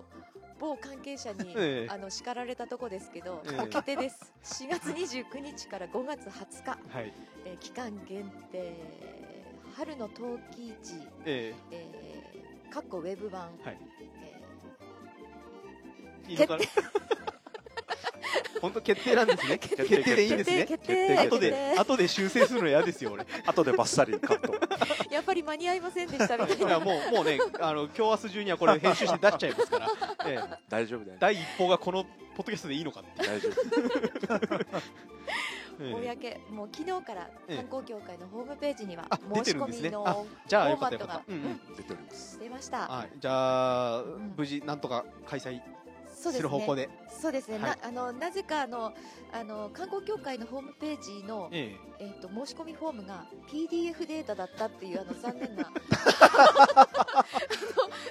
[SPEAKER 3] 某関係者に、
[SPEAKER 1] ええ
[SPEAKER 3] あの叱られたとこですけど、
[SPEAKER 1] ええ
[SPEAKER 3] もう決定です4月29日から5月20日、
[SPEAKER 1] はい。
[SPEAKER 3] えー期間限定春の陶器市、
[SPEAKER 1] え
[SPEAKER 3] えー、かっこウェブ版、
[SPEAKER 1] はい
[SPEAKER 3] え
[SPEAKER 1] えいいのかな。 本当決定なんですね。決
[SPEAKER 2] 定
[SPEAKER 1] 定でいいんですね。
[SPEAKER 3] 決
[SPEAKER 2] 定
[SPEAKER 3] 定
[SPEAKER 1] 後
[SPEAKER 3] 決定
[SPEAKER 1] で後で修正するの嫌ですよ俺。 い
[SPEAKER 2] 後でバッサリカッ ト
[SPEAKER 3] ーやっぱり間に合いませんで したみたい
[SPEAKER 1] や
[SPEAKER 3] な
[SPEAKER 1] もうもうねあの今日明日中にはこれ編集して出しちゃいますから。ええ
[SPEAKER 2] 大丈夫だよ
[SPEAKER 1] 第一報がこのポッドキャストでいいのかって
[SPEAKER 2] 大丈夫
[SPEAKER 1] いう。ええ
[SPEAKER 3] 公もう昨日から
[SPEAKER 1] ええ
[SPEAKER 3] 観光協会のホームページには
[SPEAKER 1] あ出
[SPEAKER 3] 申
[SPEAKER 1] て
[SPEAKER 3] し
[SPEAKER 1] るんです
[SPEAKER 3] 込
[SPEAKER 1] ね
[SPEAKER 3] みの
[SPEAKER 1] あ
[SPEAKER 3] フ
[SPEAKER 1] じゃあ
[SPEAKER 3] ォ
[SPEAKER 1] よ
[SPEAKER 3] ー
[SPEAKER 1] か
[SPEAKER 3] マ
[SPEAKER 1] ったよ
[SPEAKER 3] ット
[SPEAKER 1] かっ
[SPEAKER 3] が
[SPEAKER 1] た。うんうん。
[SPEAKER 2] 出ております
[SPEAKER 3] 出ました。
[SPEAKER 1] はい、じゃあ、
[SPEAKER 3] ん
[SPEAKER 1] 無事なんとか開催
[SPEAKER 3] そうですす
[SPEAKER 1] る方向
[SPEAKER 3] ね。
[SPEAKER 1] で、
[SPEAKER 3] そうですね。
[SPEAKER 1] は
[SPEAKER 3] ないあのなぜかあのあの観光協会のホームページの
[SPEAKER 1] ええ
[SPEAKER 3] えっと申し込みフォームが PDF データだったっていうあの残念 な。あの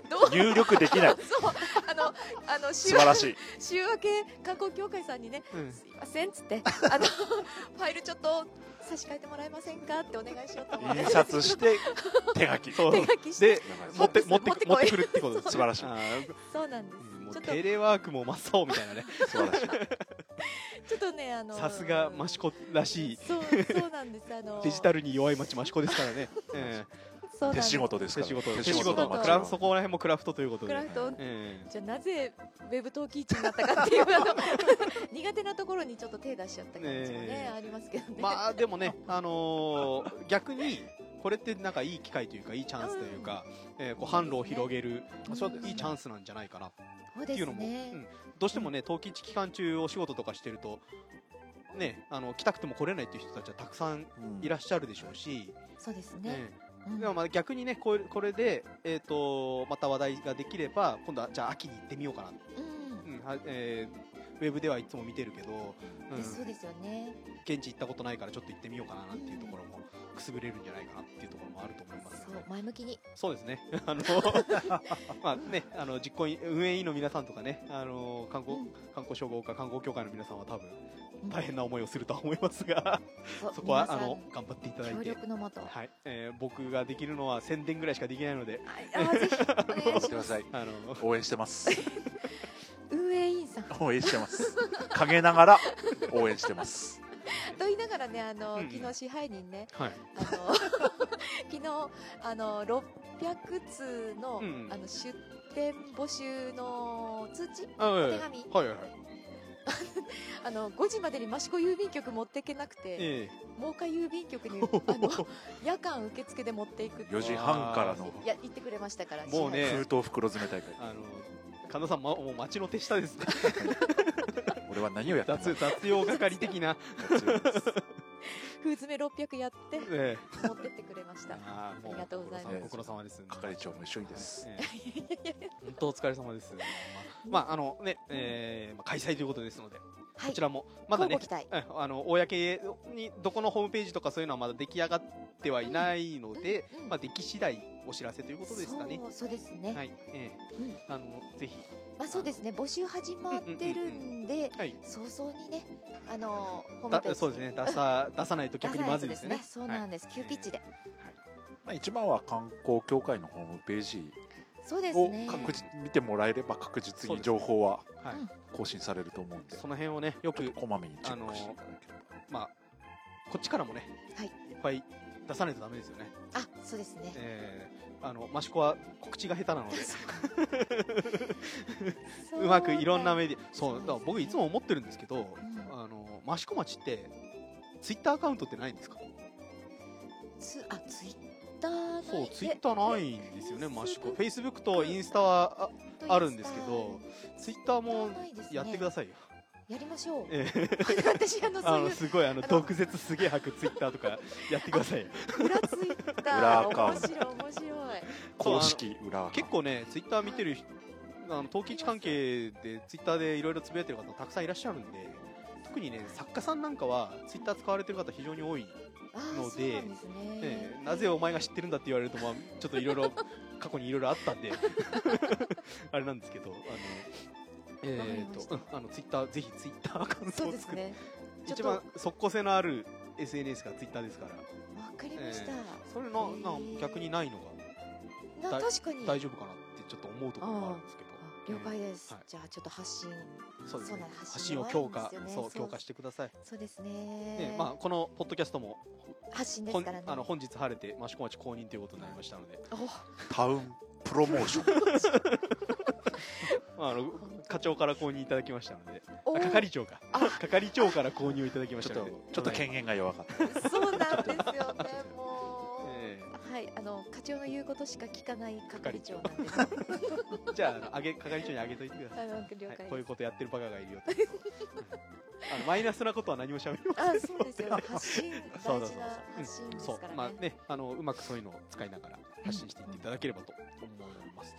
[SPEAKER 3] どう
[SPEAKER 2] 入力できない
[SPEAKER 3] そうあのあの
[SPEAKER 2] 素
[SPEAKER 3] 週
[SPEAKER 2] 晴らしい
[SPEAKER 3] 週明け観光協会さんにね
[SPEAKER 1] うん
[SPEAKER 3] すいませんっつって、あの、ファイルちょっと差し替えてもらえませんかってお願いしようと思って。
[SPEAKER 2] 印刷して手書き
[SPEAKER 1] そう
[SPEAKER 3] 手書きして。
[SPEAKER 1] で
[SPEAKER 3] そう
[SPEAKER 1] 持って
[SPEAKER 3] そう
[SPEAKER 1] 持って
[SPEAKER 3] 持ってこ
[SPEAKER 1] 持っ
[SPEAKER 3] い
[SPEAKER 1] てくるってことです
[SPEAKER 2] 素晴らしい
[SPEAKER 1] あー
[SPEAKER 3] そうなんで
[SPEAKER 1] うんもう
[SPEAKER 3] す。ちょっ
[SPEAKER 1] テレワークも真っ青みたいなね
[SPEAKER 2] 素晴らしい
[SPEAKER 3] と、ちょっとね、あの
[SPEAKER 1] さすが益子らしい
[SPEAKER 3] そう、そうなんです。あ の
[SPEAKER 1] デジタルに弱い町益子ですからね、え
[SPEAKER 3] そうなん
[SPEAKER 2] 手
[SPEAKER 3] です
[SPEAKER 2] 仕。事で
[SPEAKER 1] え
[SPEAKER 2] すから
[SPEAKER 1] 手仕事
[SPEAKER 2] 手
[SPEAKER 1] 手
[SPEAKER 2] 仕
[SPEAKER 1] 仕
[SPEAKER 2] 事
[SPEAKER 1] 事
[SPEAKER 2] の
[SPEAKER 1] まあ
[SPEAKER 2] 街
[SPEAKER 1] クラフそこら辺もクラフトということ
[SPEAKER 3] ク
[SPEAKER 1] で、
[SPEAKER 3] ラフト、
[SPEAKER 1] ええ
[SPEAKER 3] じゃあなぜウェブ陶器市になったかっていう、あの苦手なところにちょっと手出しちゃった感じもね
[SPEAKER 1] ね、え
[SPEAKER 3] ありますけどね。
[SPEAKER 1] まあでもね、あのー逆にこれってなんかいい機会というかいいチャンスというか、ええこう販路を広げる、
[SPEAKER 3] そうですね
[SPEAKER 1] いいチャンスなんじゃないかな
[SPEAKER 3] そう
[SPEAKER 1] っ
[SPEAKER 3] で
[SPEAKER 1] てい
[SPEAKER 3] す
[SPEAKER 1] うのも、
[SPEAKER 3] ね
[SPEAKER 1] うん。どうしてもね冬季期間中お仕事とかしてるとねあの来たくても来れないっていう人たちはたくさんいらっしゃるでしょうし、
[SPEAKER 3] そうです
[SPEAKER 1] ね
[SPEAKER 3] ね。うん
[SPEAKER 1] でもまあ逆にねこれこれで、えー、とまた話題ができれば今度はじゃあ秋に行ってみようかな、
[SPEAKER 3] うん
[SPEAKER 1] うんはえーウェブではいつも見てるけど、うん
[SPEAKER 3] でそうですよね。
[SPEAKER 1] 現地行ったことないからちょっと行ってみようかななんていうところもくすぶれるんじゃないかなっていうところもあると思います
[SPEAKER 3] そ
[SPEAKER 1] ので
[SPEAKER 3] う、前向きに
[SPEAKER 1] そうですね。 あの、まあね、あの、実行委員、運営委員の皆さんとかね、あの、観光
[SPEAKER 3] うん、
[SPEAKER 1] 観光商工課、観光協会の皆さんは多分、
[SPEAKER 3] うん
[SPEAKER 1] 大変な思いをするとは思います が、
[SPEAKER 3] そう
[SPEAKER 1] そこは、あ
[SPEAKER 3] 皆さん
[SPEAKER 1] の、頑張っていただい
[SPEAKER 3] 協
[SPEAKER 1] て、
[SPEAKER 3] 力のもと、
[SPEAKER 1] はい、えー僕ができるのは宣伝ぐらいしかできないので、
[SPEAKER 3] ああぜひお願い
[SPEAKER 2] 頑張っ
[SPEAKER 3] して
[SPEAKER 2] く
[SPEAKER 3] ま
[SPEAKER 2] だ
[SPEAKER 3] す
[SPEAKER 2] さい
[SPEAKER 1] あ の、
[SPEAKER 2] 応援してます
[SPEAKER 3] 運営委員さん
[SPEAKER 2] 応援してます陰ながら応援してます
[SPEAKER 3] と言いながらねあの、
[SPEAKER 1] うんうん
[SPEAKER 3] 昨日支配人ね
[SPEAKER 1] はい。
[SPEAKER 3] あ の昨日あの600通の,、
[SPEAKER 1] うん
[SPEAKER 3] あの出店募集の通知
[SPEAKER 1] あはい
[SPEAKER 3] 手紙
[SPEAKER 1] はいはい。
[SPEAKER 3] あの5時までに益子郵便局持っていけなくて
[SPEAKER 1] え
[SPEAKER 3] 真岡郵便局に
[SPEAKER 1] え
[SPEAKER 3] あ の夜間受付で持っていくって
[SPEAKER 2] 4時半からの
[SPEAKER 3] いや言ってくれましたから
[SPEAKER 1] もうね
[SPEAKER 3] 支配人
[SPEAKER 2] 封筒袋詰め大会
[SPEAKER 1] あの、神田さん、ま、もう街の手下です ね。
[SPEAKER 2] 俺は何をやって
[SPEAKER 1] 雑、雑用係的な。
[SPEAKER 3] 封詰め600やって
[SPEAKER 1] ええ
[SPEAKER 3] 持ってってくれま した
[SPEAKER 1] あ
[SPEAKER 3] ありがとうございます
[SPEAKER 1] ご苦労様です。
[SPEAKER 2] 係長も一緒にです、
[SPEAKER 1] ええ 本当お疲れ様です。まああのね、えーまあ、開催ということですので、
[SPEAKER 3] は
[SPEAKER 1] こ
[SPEAKER 3] い
[SPEAKER 1] ちらもまだね
[SPEAKER 3] 乞うご期待、
[SPEAKER 1] うんあの公にどこのホームページとかそういうのはまだ出来上がってはいないので、
[SPEAKER 3] うんうん
[SPEAKER 1] まあ出来次第お知らせということですかね。
[SPEAKER 3] そうそうですね、
[SPEAKER 1] はい、え
[SPEAKER 3] うん
[SPEAKER 1] ーあのぜひ
[SPEAKER 3] まあそうですね募集始まってるんで、
[SPEAKER 1] はい。
[SPEAKER 3] 早々にねあのホームペ
[SPEAKER 1] だ
[SPEAKER 3] ージ
[SPEAKER 1] そうですね出さ出さないと逆にまずいですね
[SPEAKER 3] 出。さないとですねそうなんです、急ピッチで
[SPEAKER 2] まあ、一番は観光協会のホームページ
[SPEAKER 3] そうです
[SPEAKER 2] を
[SPEAKER 3] ね
[SPEAKER 2] 確実見てもらえれば確実に情報は
[SPEAKER 1] はい。はい
[SPEAKER 3] うん
[SPEAKER 2] 更新されると思うんで
[SPEAKER 1] その辺をねよく
[SPEAKER 2] こまめにチェックしていただければ、
[SPEAKER 1] まあこっちからもね、
[SPEAKER 3] はい
[SPEAKER 1] いっぱい出さないとダメですよね。
[SPEAKER 3] あそうですね
[SPEAKER 1] えー、あの益子は告知が下手な ので。
[SPEAKER 3] そう
[SPEAKER 1] うまくいろんなメディアそう
[SPEAKER 3] そうですね
[SPEAKER 1] だから僕いつも思ってるんですけど、
[SPEAKER 3] ん
[SPEAKER 1] あの益子町ってツイッターアカウントってないんですか
[SPEAKER 3] つあツイッター
[SPEAKER 1] そうツイッターないんですよね益子フェイスブックとインスタは
[SPEAKER 3] ー
[SPEAKER 1] ああるんですけどツイッターも
[SPEAKER 3] ないですね
[SPEAKER 1] やってくださいよ、
[SPEAKER 3] やりましょう
[SPEAKER 1] ええ
[SPEAKER 3] 私あの
[SPEAKER 1] あ
[SPEAKER 3] そうい
[SPEAKER 1] の
[SPEAKER 3] う
[SPEAKER 1] すごいあの
[SPEAKER 3] あの
[SPEAKER 1] 毒舌すげえ吐くツイッターとかやってくださいよ
[SPEAKER 3] 裏ツイッタ
[SPEAKER 2] 裏
[SPEAKER 3] ー
[SPEAKER 2] ア
[SPEAKER 3] 面
[SPEAKER 2] カ
[SPEAKER 3] 白
[SPEAKER 2] ウント
[SPEAKER 3] い面白い
[SPEAKER 2] 公式裏
[SPEAKER 1] 結構ねツイッター見てる人あの陶器市関係でツイッターでいろいろつぶやいてる方たくさんいらっしゃるんで特にね作家さんなんかはツイッター使われてる方非常に多い
[SPEAKER 3] あー
[SPEAKER 1] の
[SPEAKER 3] そう
[SPEAKER 1] で
[SPEAKER 3] なんですね、
[SPEAKER 1] ええなぜお前が知ってるんだって言われると、まあ、ちょっといろいろ 過去にいろいろあったんで あれなんですけどあの、えー、
[SPEAKER 3] わかりました
[SPEAKER 1] とうんあのツイッターぜひツイッターアカウント
[SPEAKER 3] そう
[SPEAKER 1] を
[SPEAKER 3] です
[SPEAKER 1] 作って、
[SPEAKER 3] ねちょっ
[SPEAKER 1] 一
[SPEAKER 3] と
[SPEAKER 1] 番即効性のある SNS がツイッターですから
[SPEAKER 3] わかりました、
[SPEAKER 1] えそれのな
[SPEAKER 3] へー
[SPEAKER 1] 逆にないのが
[SPEAKER 3] な
[SPEAKER 1] だい
[SPEAKER 3] 確かに
[SPEAKER 1] 大丈夫かなってちょっと思うところがあるんですけど
[SPEAKER 3] あ了解です、
[SPEAKER 1] はい
[SPEAKER 3] じゃあちょっと発信
[SPEAKER 1] そうですね
[SPEAKER 3] そうなんです
[SPEAKER 1] 発信を強化
[SPEAKER 3] 発信弱いんです
[SPEAKER 1] そ
[SPEAKER 3] よね
[SPEAKER 1] う
[SPEAKER 3] そう
[SPEAKER 1] 強化してください、
[SPEAKER 3] そうですね
[SPEAKER 1] ねまあ、このポッドキャストも
[SPEAKER 3] 発信で
[SPEAKER 1] ほ
[SPEAKER 3] す
[SPEAKER 1] ん
[SPEAKER 3] からね
[SPEAKER 1] あの本日晴れて益子町公認ということになりましたので、
[SPEAKER 3] お
[SPEAKER 2] タウンプロモーション
[SPEAKER 1] まあ、あの課長から公認いただきましたので
[SPEAKER 3] お
[SPEAKER 1] あ係長か
[SPEAKER 3] あ
[SPEAKER 1] 係長から購入いただきまし
[SPEAKER 2] ちょったと
[SPEAKER 1] ので
[SPEAKER 2] ちょっと権限が弱かった
[SPEAKER 3] そうなん ですよねもう、
[SPEAKER 1] え
[SPEAKER 3] はいあの課長の言うことしか聞かない係長なんで
[SPEAKER 1] えじゃああのあげ係長にあげといてください、
[SPEAKER 3] あの了解です、
[SPEAKER 1] はいこういうことやってるバカがいるよ ってことあのマイナスなことは何も喋りま
[SPEAKER 3] あ
[SPEAKER 1] せん
[SPEAKER 3] そうですよね発信
[SPEAKER 1] そう
[SPEAKER 3] 大
[SPEAKER 1] そう
[SPEAKER 3] 事
[SPEAKER 1] そう
[SPEAKER 3] な
[SPEAKER 1] うん
[SPEAKER 3] 発信です
[SPEAKER 1] そう
[SPEAKER 3] からね,、
[SPEAKER 1] まあねあのうまくそういうのを使いながら発信していっていただければと思います、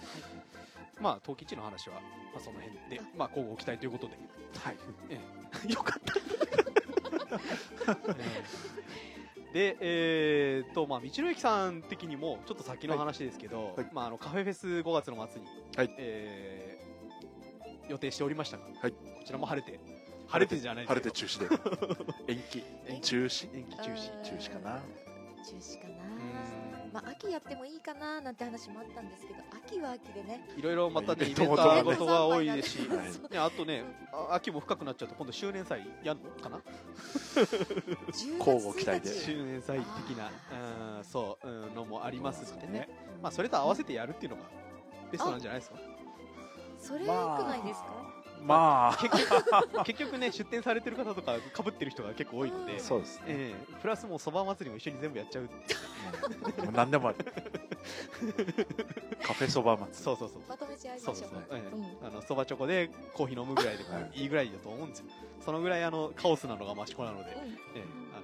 [SPEAKER 1] まあ陶器地の話は、まあ、その辺でまあ交互期待ということではい、ええよかった、ええ でえー、とまあ道の駅さん的にもちょっと先の話ですけど、
[SPEAKER 2] はい
[SPEAKER 1] まああのカフェフェス5月の末に、
[SPEAKER 2] はい
[SPEAKER 1] えー予定しておりましたが、
[SPEAKER 2] はい
[SPEAKER 1] こちらも晴れて晴れてじゃない
[SPEAKER 2] 晴れ
[SPEAKER 1] け
[SPEAKER 2] て
[SPEAKER 1] ど
[SPEAKER 2] 中止で延期
[SPEAKER 3] 延期
[SPEAKER 2] 中止
[SPEAKER 1] 延期中止
[SPEAKER 3] うん
[SPEAKER 2] 中止かな
[SPEAKER 3] 中止か
[SPEAKER 1] う
[SPEAKER 3] な
[SPEAKER 1] ーん
[SPEAKER 3] まあ秋やってもいいかななんて話もあったんですけど秋は秋でね
[SPEAKER 1] いろいろまたね、イ
[SPEAKER 2] イ
[SPEAKER 1] ベ
[SPEAKER 2] ベ
[SPEAKER 1] ン
[SPEAKER 2] ン
[SPEAKER 1] ト
[SPEAKER 2] ト
[SPEAKER 1] が
[SPEAKER 2] がね
[SPEAKER 1] 事が多いです し、
[SPEAKER 2] はい
[SPEAKER 1] ね、あとね、あ秋も深くなっちゃうと、今度、周年祭やるのかな、
[SPEAKER 3] 10
[SPEAKER 2] 交互期待で
[SPEAKER 1] 周年祭的な
[SPEAKER 3] あー、
[SPEAKER 1] うんそう、うん、のもありますんでね、
[SPEAKER 2] うん
[SPEAKER 1] まあ、それと合わせてやるっていうのがベストなんじゃないですか、
[SPEAKER 3] それ良くないですか、
[SPEAKER 2] まあ
[SPEAKER 1] 結局 結局ね、出店されてる方とか、かぶってる人が結構多いので、
[SPEAKER 2] そうですね、
[SPEAKER 1] ええプラスもうそば祭りも一緒に全部やっちゃうっていう、
[SPEAKER 2] もう何でもあるカフェそば祭
[SPEAKER 1] そうそうそう。
[SPEAKER 3] まとめちゃいまし
[SPEAKER 1] そ
[SPEAKER 3] ょ
[SPEAKER 1] ううそうそう、
[SPEAKER 2] はい
[SPEAKER 1] ええ
[SPEAKER 3] う
[SPEAKER 1] あのそばチョコでコーヒー飲むぐらいでも
[SPEAKER 2] はい
[SPEAKER 1] いいぐらいだと思うんですよ、そのぐらいあのカオスなのが益子なので、
[SPEAKER 3] うん
[SPEAKER 1] ええあの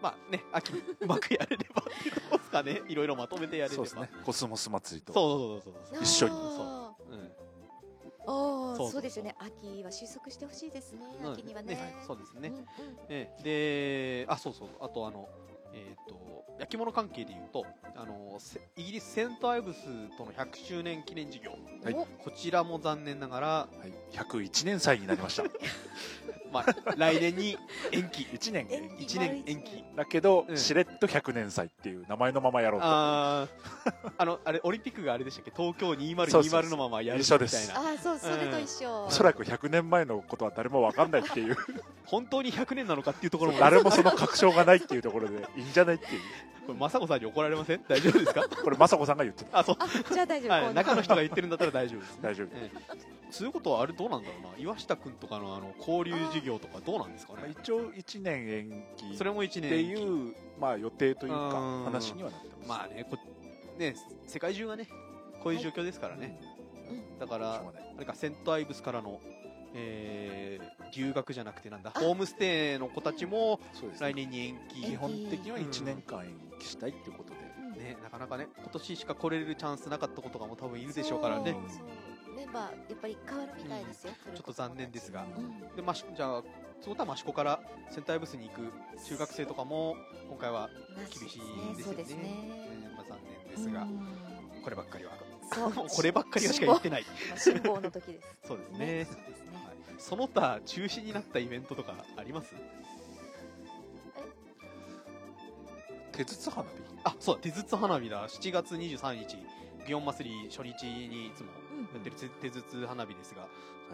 [SPEAKER 1] まあね秋にうまくやれればっていうとこですかねいろいろまとめてやれれば
[SPEAKER 2] そうですねコスモス祭りと
[SPEAKER 1] そうそうそうそうそう
[SPEAKER 3] あー
[SPEAKER 2] 一緒に
[SPEAKER 3] あ
[SPEAKER 1] うん
[SPEAKER 3] ー
[SPEAKER 1] そうそうそう
[SPEAKER 3] そうですよね秋は収束してほしいですね秋にはね
[SPEAKER 1] そうですね
[SPEAKER 3] うんうん
[SPEAKER 1] ええであそうそうあとあのえっ、と焼き物関係でいうとあのせイギリスセントアイブスとの100周年記念事業
[SPEAKER 2] はい
[SPEAKER 3] お
[SPEAKER 1] こちらも残念ながら、
[SPEAKER 2] はい、101年歳になりました
[SPEAKER 1] まあ、来年に延期
[SPEAKER 2] 1年
[SPEAKER 3] 延期
[SPEAKER 1] 1年延期
[SPEAKER 2] だけど、
[SPEAKER 1] うん
[SPEAKER 2] しれっと100年歳っていう名前のままやろうと
[SPEAKER 1] あーあのあれオリンピックがあれでしたっけ東京
[SPEAKER 2] そうそう
[SPEAKER 1] 2020
[SPEAKER 2] そう
[SPEAKER 1] のままやるみ
[SPEAKER 2] 一緒
[SPEAKER 1] た
[SPEAKER 2] で
[SPEAKER 1] い
[SPEAKER 2] す
[SPEAKER 1] な
[SPEAKER 3] ああそうそれと一緒、
[SPEAKER 2] おそらく100年前のことは誰もわかんないっていう
[SPEAKER 1] 本当に100年なのかっていうところも
[SPEAKER 2] 誰もその確証がないっていうところでいいんじゃないっていう
[SPEAKER 1] これ雅子さんに怒られません大丈夫です か
[SPEAKER 2] これ雅子さんが言ってた
[SPEAKER 1] あそう
[SPEAKER 3] あじゃあ大丈夫、
[SPEAKER 1] はい、
[SPEAKER 3] 今度
[SPEAKER 1] 中の人が言ってるんだったら大丈夫です、ね、
[SPEAKER 2] 大丈夫
[SPEAKER 1] ええそういうことはあれどうなんだろうな岩下君とかのあの交流事業とかどうなんですか
[SPEAKER 2] まあ
[SPEAKER 1] ね
[SPEAKER 2] 一応1年延期
[SPEAKER 1] それも1
[SPEAKER 2] っ
[SPEAKER 1] 年
[SPEAKER 2] て
[SPEAKER 1] 延期
[SPEAKER 2] いう、まあ、予定という
[SPEAKER 1] う
[SPEAKER 2] か
[SPEAKER 1] ん
[SPEAKER 2] 話にはなってます、
[SPEAKER 1] まあねこね世界中がねこういう状況ですからね、だから
[SPEAKER 2] しょうがない
[SPEAKER 1] あれかセントアイブスからの、えー留学じゃなくてなんだホームステイの子たちも
[SPEAKER 2] そうですね
[SPEAKER 1] 来年に延期、
[SPEAKER 2] 基
[SPEAKER 1] ね
[SPEAKER 2] 本的には1年間延期したいってことで、
[SPEAKER 1] なかなかね今年しか来れるチャンスなかったことがもう多分いるでしょうからね
[SPEAKER 3] そうそうメンバーやっぱり変わるみたいですよ、
[SPEAKER 1] ちょっと残念ですが
[SPEAKER 3] うん
[SPEAKER 1] で、まあ、しじゃあそうた益子からセントアイブスに行く中学生とかも今回は厳しいです
[SPEAKER 3] そ
[SPEAKER 1] よ
[SPEAKER 3] う
[SPEAKER 1] ね
[SPEAKER 3] ですね
[SPEAKER 1] うんまあ、残念ですが、
[SPEAKER 3] うん
[SPEAKER 1] こればっかりは
[SPEAKER 3] そう
[SPEAKER 1] もう こればっかりはしか言ってない
[SPEAKER 3] 辛抱の時です
[SPEAKER 1] そうですね
[SPEAKER 3] そうですね
[SPEAKER 1] はいその他中止になったイベントとかあります
[SPEAKER 2] 手筒花火
[SPEAKER 1] あそうだ手筒花火だ7月23日祇園祭り初日にいつもやってる手手筒花火ですが、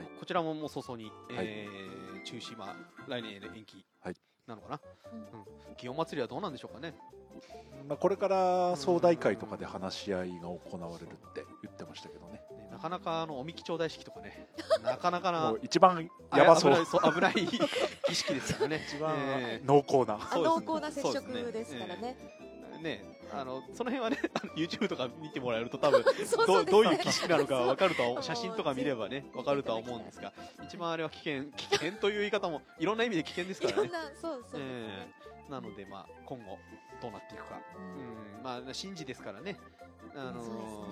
[SPEAKER 2] い
[SPEAKER 1] こちらももう早々に、えー中止、まあ、来年への延期
[SPEAKER 2] はい
[SPEAKER 1] なのかな、
[SPEAKER 3] うん
[SPEAKER 1] うん祇園祭りはどうなんでしょうかね
[SPEAKER 2] まあ、これから総大会とかで話し合いが行われるって言ってましたけどね
[SPEAKER 1] ねなかなかあのおみき頂戴式とか ねなかなか
[SPEAKER 2] も
[SPEAKER 1] な
[SPEAKER 2] う一番やばそ
[SPEAKER 1] あれ
[SPEAKER 2] う
[SPEAKER 1] 危ないそう危ない儀式ですからね
[SPEAKER 2] 一番
[SPEAKER 1] えー
[SPEAKER 2] 濃厚な
[SPEAKER 3] あ
[SPEAKER 1] そうですね
[SPEAKER 3] 濃厚な接触ですから
[SPEAKER 1] そう
[SPEAKER 3] ね。
[SPEAKER 1] ねあのその辺はねあの YouTube とか見てもらえると多 分
[SPEAKER 3] そう
[SPEAKER 1] ど
[SPEAKER 3] そううですね
[SPEAKER 1] どういう儀式なのか分かると
[SPEAKER 3] そ
[SPEAKER 1] は
[SPEAKER 3] う
[SPEAKER 1] 写真とか見ればね分かるとは思うんですが一番あれは危険危険という言い方もいろんな意味で危険ですか
[SPEAKER 3] い
[SPEAKER 1] ら
[SPEAKER 3] ろ
[SPEAKER 1] ね
[SPEAKER 3] んな、そうそうです
[SPEAKER 1] え
[SPEAKER 3] ね。
[SPEAKER 1] ーなのでまあ今後どうなっていくか、
[SPEAKER 3] う
[SPEAKER 1] うんんまあ、神事ですからね、あのー
[SPEAKER 3] そう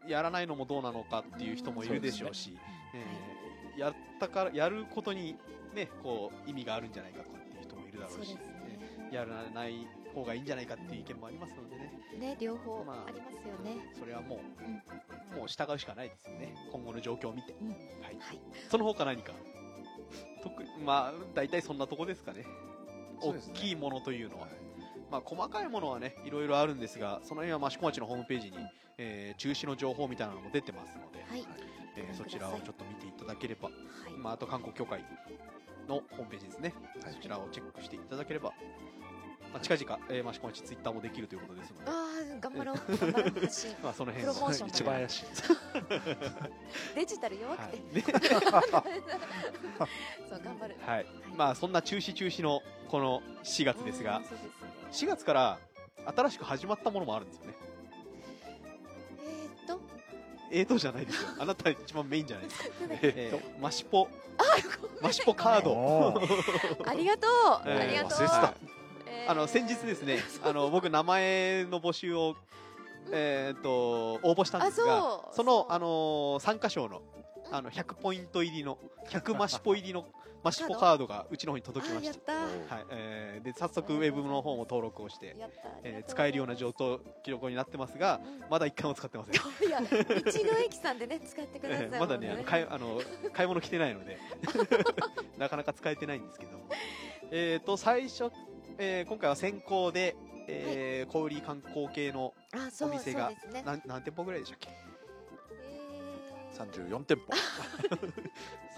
[SPEAKER 3] です
[SPEAKER 1] やらないのもどうなのかっていう人もいるでしょうし、えーやったからやることに、ね、こう意味があるんじゃないかとかっていう人もいるだろ
[SPEAKER 3] そう
[SPEAKER 1] う
[SPEAKER 3] で
[SPEAKER 1] し
[SPEAKER 3] す
[SPEAKER 1] えーやらない方がいいんじゃないかっていう意見もありますのでね
[SPEAKER 3] ね。ね、両方
[SPEAKER 1] まあ
[SPEAKER 3] ありますよね。
[SPEAKER 1] それはもう,、もう従うしかないですよね今後の状況を見て、
[SPEAKER 3] うん
[SPEAKER 1] はい
[SPEAKER 3] はい。
[SPEAKER 1] その他 何か特にまあ大体そんなとこですかね
[SPEAKER 2] そ
[SPEAKER 1] 大
[SPEAKER 2] うですね
[SPEAKER 1] きいものというのは、まあ、細かいものはねいろいろあるんですがその辺は益子町のホームページに、えー中止の情報みたいなのも出てますので、
[SPEAKER 3] はい。
[SPEAKER 1] えーそちらをちょっと見ていただければ、
[SPEAKER 3] はい。
[SPEAKER 1] まあ、あと韓国協会のホームページですね、
[SPEAKER 2] はい
[SPEAKER 1] そちらをチェックしていただければ、まあ、近々、えー、益子町ツイッターもできるということですので、
[SPEAKER 3] ああ、頑張ろう。頑張ろう発 信
[SPEAKER 1] まあ、その辺
[SPEAKER 3] プロモーション
[SPEAKER 2] 一番怪しい
[SPEAKER 3] デジタル弱
[SPEAKER 1] は
[SPEAKER 3] くて。
[SPEAKER 1] い、ね
[SPEAKER 3] そう、頑張る。
[SPEAKER 1] はい
[SPEAKER 3] はい
[SPEAKER 1] まあ、そんな中止中止のこの4月です
[SPEAKER 3] う
[SPEAKER 1] が
[SPEAKER 3] んそうですね
[SPEAKER 1] 4月から新しく始まったものもあるんですよね
[SPEAKER 3] えーっと、
[SPEAKER 1] えーとじゃないですよあなた一番メインじゃないですか
[SPEAKER 3] なんだっけ
[SPEAKER 1] えー、マシポマシポカード
[SPEAKER 2] おー
[SPEAKER 3] ありがとう。
[SPEAKER 1] えー
[SPEAKER 3] ありが
[SPEAKER 2] 忘れて
[SPEAKER 3] と
[SPEAKER 2] た
[SPEAKER 3] う。え ー
[SPEAKER 1] あの先日ですね、あの僕、名前の募集を、えー、と応募したんですが、
[SPEAKER 3] あそう
[SPEAKER 1] その
[SPEAKER 3] そう
[SPEAKER 1] あのー参加賞のあの100ポイント入りの、100マシポ入り のマシポカードがうちの方に届き
[SPEAKER 3] あ
[SPEAKER 1] ま
[SPEAKER 3] ーや
[SPEAKER 1] し。
[SPEAKER 3] ったた。
[SPEAKER 1] はいえーで早速、ウェブの方も登録をして、
[SPEAKER 3] やった。ありが
[SPEAKER 1] え
[SPEAKER 3] と
[SPEAKER 1] ー使えるような状況になってますが、
[SPEAKER 3] うん
[SPEAKER 1] まだ1回も使ってません。
[SPEAKER 3] いや、道の駅さんでね、使ってください
[SPEAKER 1] え。ーまだね、あの買い あの買い物来てないので、 なかなか使えてないんですけど、 えー、と最初、えー今回は先行で、えー小売り観光系の
[SPEAKER 3] あ、そう、
[SPEAKER 1] お店が
[SPEAKER 3] そうですね。
[SPEAKER 1] 何何店舗ぐらいでしたっけ
[SPEAKER 3] えー
[SPEAKER 2] 34店舗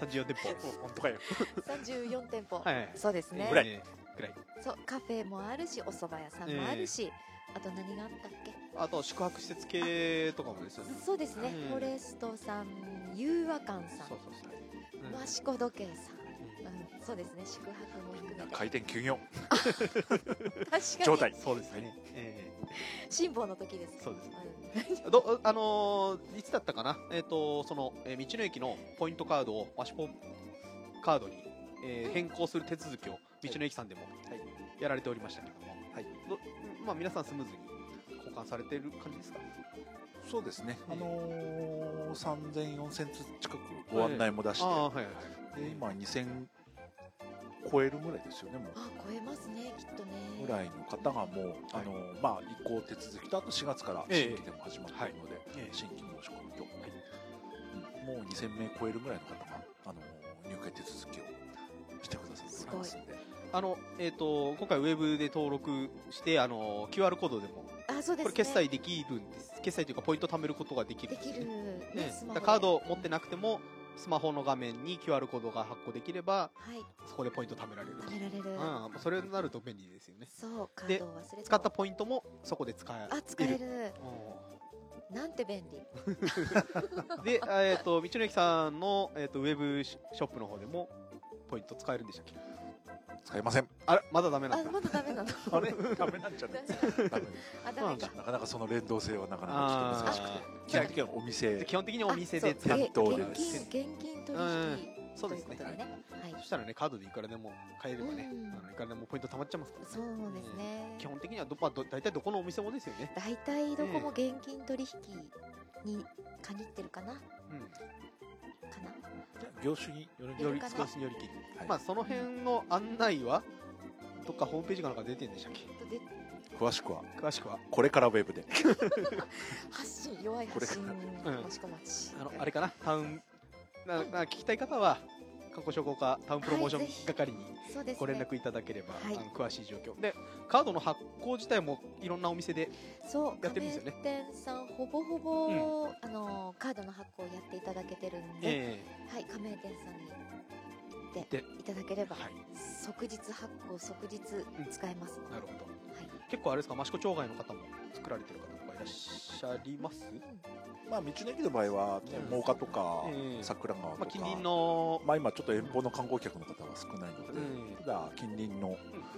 [SPEAKER 1] 34店 舗
[SPEAKER 2] 本当かよ
[SPEAKER 3] 34店舗、
[SPEAKER 1] はいはい
[SPEAKER 3] そうですね
[SPEAKER 2] ぐらい
[SPEAKER 1] えーぐらい
[SPEAKER 3] そうカフェもあるしお蕎麦屋さんもあるし、あと何があったっけ
[SPEAKER 1] あと宿泊施設系とかもですよね
[SPEAKER 3] そうですね、
[SPEAKER 1] うん
[SPEAKER 3] フォレストさん優和館さ
[SPEAKER 1] そうそ
[SPEAKER 3] ん
[SPEAKER 1] うそう、
[SPEAKER 3] 益子時計さん、
[SPEAKER 1] うん
[SPEAKER 3] うん、そうですね宿泊も含めて
[SPEAKER 2] 開店休業
[SPEAKER 3] 確
[SPEAKER 2] 状
[SPEAKER 3] か
[SPEAKER 2] 態
[SPEAKER 3] に
[SPEAKER 1] そうですね、え
[SPEAKER 3] 辛抱の時です
[SPEAKER 1] そうですね
[SPEAKER 3] うん
[SPEAKER 1] ーどあのーいつだったかなえっ、とその、えー道の駅のポイントカードをマシポカードに、えー変更する手続きを道の駅さんでもやられておりましたけども、
[SPEAKER 2] はい
[SPEAKER 1] どまあ皆さんスムーズに交換されてる感じですか
[SPEAKER 2] そうですね、
[SPEAKER 1] ええ
[SPEAKER 2] あのー、3000、4000つ近くご案内も出して、
[SPEAKER 1] ああはいはい
[SPEAKER 2] で今、2000超えるぐらいですよねもう
[SPEAKER 3] あ超えますねきっとね
[SPEAKER 2] ぐらいの方がもう、あのまあ、移行手続きとあと4月から
[SPEAKER 1] ええ
[SPEAKER 2] 新規でも始まっているので、
[SPEAKER 1] ええ
[SPEAKER 2] 新規申し込みと、うんもう2000名超えるぐらいの方があの入会手続きをしてくださっておりますんで
[SPEAKER 1] あのえっ、と今回ウェブで登録してあの QR コードでも
[SPEAKER 3] あそうですね
[SPEAKER 1] これ決済できるんです決済というかポイント貯めることができる
[SPEAKER 3] で
[SPEAKER 1] んです
[SPEAKER 3] き
[SPEAKER 1] よ
[SPEAKER 3] る
[SPEAKER 1] ね
[SPEAKER 3] ね
[SPEAKER 1] ね
[SPEAKER 3] ス、マ
[SPEAKER 1] だか
[SPEAKER 3] ホで
[SPEAKER 1] らカードを持ってなくてもスマホの画面に QR コードが発行できれば
[SPEAKER 3] はい
[SPEAKER 1] そこでポイント貯められる
[SPEAKER 3] 貯められる、
[SPEAKER 1] うん、それになると便利ですよね
[SPEAKER 3] そうカー
[SPEAKER 1] で
[SPEAKER 3] ドを忘れても
[SPEAKER 1] 使ったポイントもそこで使え
[SPEAKER 3] あ使える
[SPEAKER 1] う
[SPEAKER 3] なんて便利
[SPEAKER 1] ん で、えっと道の駅さんの、えっとウェブショップの方でもポイント使えるんでしたっけ
[SPEAKER 2] 使えません
[SPEAKER 1] あらまだダメ
[SPEAKER 3] あ
[SPEAKER 1] なんだ
[SPEAKER 3] まだダメなの
[SPEAKER 2] あれダメなんじゃないですかダメ
[SPEAKER 3] あダメ
[SPEAKER 1] そう
[SPEAKER 3] か
[SPEAKER 2] なかなかその連動性はなかなか難しくて
[SPEAKER 1] あー
[SPEAKER 2] 基本的にはお
[SPEAKER 1] で
[SPEAKER 2] 店
[SPEAKER 1] 基本的にお店で
[SPEAKER 3] あそ
[SPEAKER 1] 使
[SPEAKER 3] う
[SPEAKER 1] う
[SPEAKER 2] 店頭で
[SPEAKER 3] 現
[SPEAKER 2] です
[SPEAKER 3] 金現金取引
[SPEAKER 1] そうで
[SPEAKER 3] という
[SPEAKER 1] す
[SPEAKER 3] こ
[SPEAKER 1] ね
[SPEAKER 3] とでねはい
[SPEAKER 1] そしたらねカードでいくらでも買えればね、
[SPEAKER 3] うん
[SPEAKER 1] あのいくらでもポイント貯まっちゃいますからね
[SPEAKER 3] そうですね
[SPEAKER 1] 基本的にはど、まあ、ど大体どこのお店もですよね、
[SPEAKER 3] 大体どこも現金取引に限ってるかなかな
[SPEAKER 2] 業種によるんじゃ
[SPEAKER 1] よ
[SPEAKER 2] ない
[SPEAKER 1] り
[SPEAKER 2] です
[SPEAKER 1] 少
[SPEAKER 2] か
[SPEAKER 1] しよりきり、
[SPEAKER 2] はい
[SPEAKER 1] まあその辺の案内はどっかホームページかなんか出てるんでしたっけ
[SPEAKER 3] で
[SPEAKER 2] 詳しくは
[SPEAKER 1] 詳しくは
[SPEAKER 2] これからウェブで
[SPEAKER 3] 発信弱い発信
[SPEAKER 2] こ
[SPEAKER 1] ら
[SPEAKER 3] もしくは町
[SPEAKER 1] あのあれかなタウンなな聞きたい方は観光商工課タウンプロモーショ
[SPEAKER 3] はいぜひ
[SPEAKER 1] ン係に
[SPEAKER 3] そうですね
[SPEAKER 1] ご連絡いただければ、
[SPEAKER 3] はい
[SPEAKER 1] あの詳しい状況でカードの発行自体もいろんなお店で
[SPEAKER 3] そう
[SPEAKER 1] やってるんですよね
[SPEAKER 3] 加盟店さんほぼほぼ、あのカードの発行をやっていただけてるんで、
[SPEAKER 1] え
[SPEAKER 3] はい加盟店さんに行って
[SPEAKER 1] で
[SPEAKER 3] いただけれ
[SPEAKER 1] え
[SPEAKER 3] ば、
[SPEAKER 1] はい
[SPEAKER 3] 即日発行即日
[SPEAKER 1] ん
[SPEAKER 3] 使えますので、
[SPEAKER 1] なるほど
[SPEAKER 3] はい
[SPEAKER 1] 結構あれですか益子町外の方も作られてる方とかいらっしゃいます、
[SPEAKER 2] まあ道の駅の場合はね真岡とか
[SPEAKER 1] ええ
[SPEAKER 2] 桜
[SPEAKER 1] ま
[SPEAKER 2] 川と
[SPEAKER 1] あ、
[SPEAKER 2] か
[SPEAKER 1] 近隣の、
[SPEAKER 2] まあ、今ちょっと遠方の観光客の方は少ないので、
[SPEAKER 1] うん
[SPEAKER 2] ただ近隣の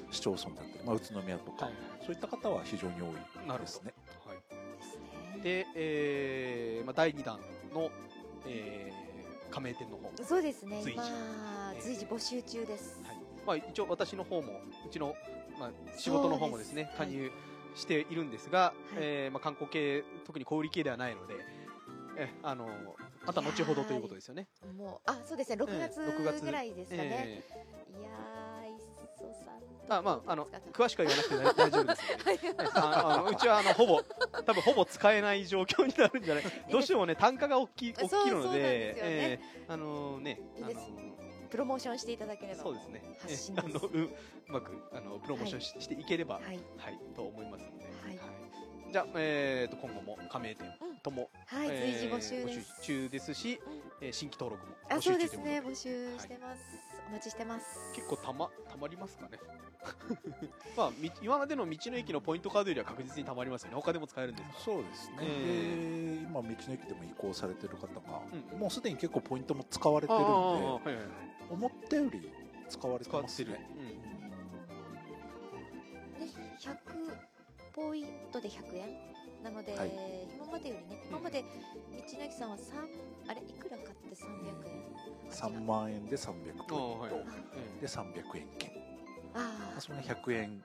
[SPEAKER 2] 市町村だったり、まあ、宇都宮とか、
[SPEAKER 1] はい
[SPEAKER 2] そういった方は非常に多いですね。
[SPEAKER 1] はい
[SPEAKER 3] ですね
[SPEAKER 1] で、えーまあ、第2弾の、えー加盟店の方、はい
[SPEAKER 3] そうですね
[SPEAKER 1] 随時
[SPEAKER 3] 今
[SPEAKER 1] ええ
[SPEAKER 3] 随時募集中です、
[SPEAKER 1] まあ、一応私の方もうちの、まあ、仕事の方もですね
[SPEAKER 3] そ
[SPEAKER 1] 加
[SPEAKER 3] うです
[SPEAKER 1] 入しているんですが、えーまあ、観光系特に小売系ではないのでえあのまた後ほどということですよね、
[SPEAKER 3] もうあそうですね6月
[SPEAKER 1] ええ6月
[SPEAKER 3] ぐらいですかね、
[SPEAKER 1] え
[SPEAKER 3] いやー磯さん
[SPEAKER 1] ーあまああの
[SPEAKER 3] 使った
[SPEAKER 1] 詳しくは言わなくて 大大丈夫です
[SPEAKER 3] はい
[SPEAKER 1] はいああのうちはあのほぼ多分ほぼ使えない状況になるんじゃないどうしてもね単価が大きい大きい
[SPEAKER 3] そうそう
[SPEAKER 1] の
[SPEAKER 3] なん
[SPEAKER 1] で
[SPEAKER 3] ですよね
[SPEAKER 1] えーあのね
[SPEAKER 3] いいです
[SPEAKER 1] あの
[SPEAKER 3] プロモーションしていただければ
[SPEAKER 1] そうですね。
[SPEAKER 3] 発信
[SPEAKER 1] え
[SPEAKER 3] で
[SPEAKER 1] あ
[SPEAKER 3] す
[SPEAKER 1] のううまくあのプロモーションし,、ていければはい、
[SPEAKER 3] はい
[SPEAKER 1] と思いますので、
[SPEAKER 3] はい
[SPEAKER 1] じゃあえっ、と今後も加盟店
[SPEAKER 3] うん
[SPEAKER 1] とも、
[SPEAKER 3] はい、
[SPEAKER 1] えー
[SPEAKER 3] 随時募集です、
[SPEAKER 1] 募集中ですし、えー新規登録も募
[SPEAKER 3] あ
[SPEAKER 1] 集
[SPEAKER 3] そう
[SPEAKER 1] 中
[SPEAKER 3] です
[SPEAKER 1] ということ
[SPEAKER 3] ね
[SPEAKER 1] で。
[SPEAKER 3] 募集してます、お待ちしてます
[SPEAKER 1] 結構たまたまりますかね まあみ今までの道の駅のポイントカードよりは確実にたまりますよね他でも使えるんですから
[SPEAKER 2] そうですね、
[SPEAKER 1] え
[SPEAKER 2] で今道の駅でも移行されてる方が、
[SPEAKER 1] うん
[SPEAKER 2] もうすでに結構ポイントも使われてるんで
[SPEAKER 1] ああはいはいはい
[SPEAKER 2] 思ったより使われて
[SPEAKER 1] 使っ
[SPEAKER 2] ます
[SPEAKER 1] てる、
[SPEAKER 2] ね
[SPEAKER 3] で100ポイントで100円なので、
[SPEAKER 2] はい
[SPEAKER 3] 今までよりね今まで道の駅さんは三あれいくら買って300円
[SPEAKER 2] 3
[SPEAKER 3] あ
[SPEAKER 2] 万円で300ポイント、
[SPEAKER 1] ああはい
[SPEAKER 2] で300円券
[SPEAKER 3] あ
[SPEAKER 2] まあ
[SPEAKER 3] ー
[SPEAKER 2] それが100円、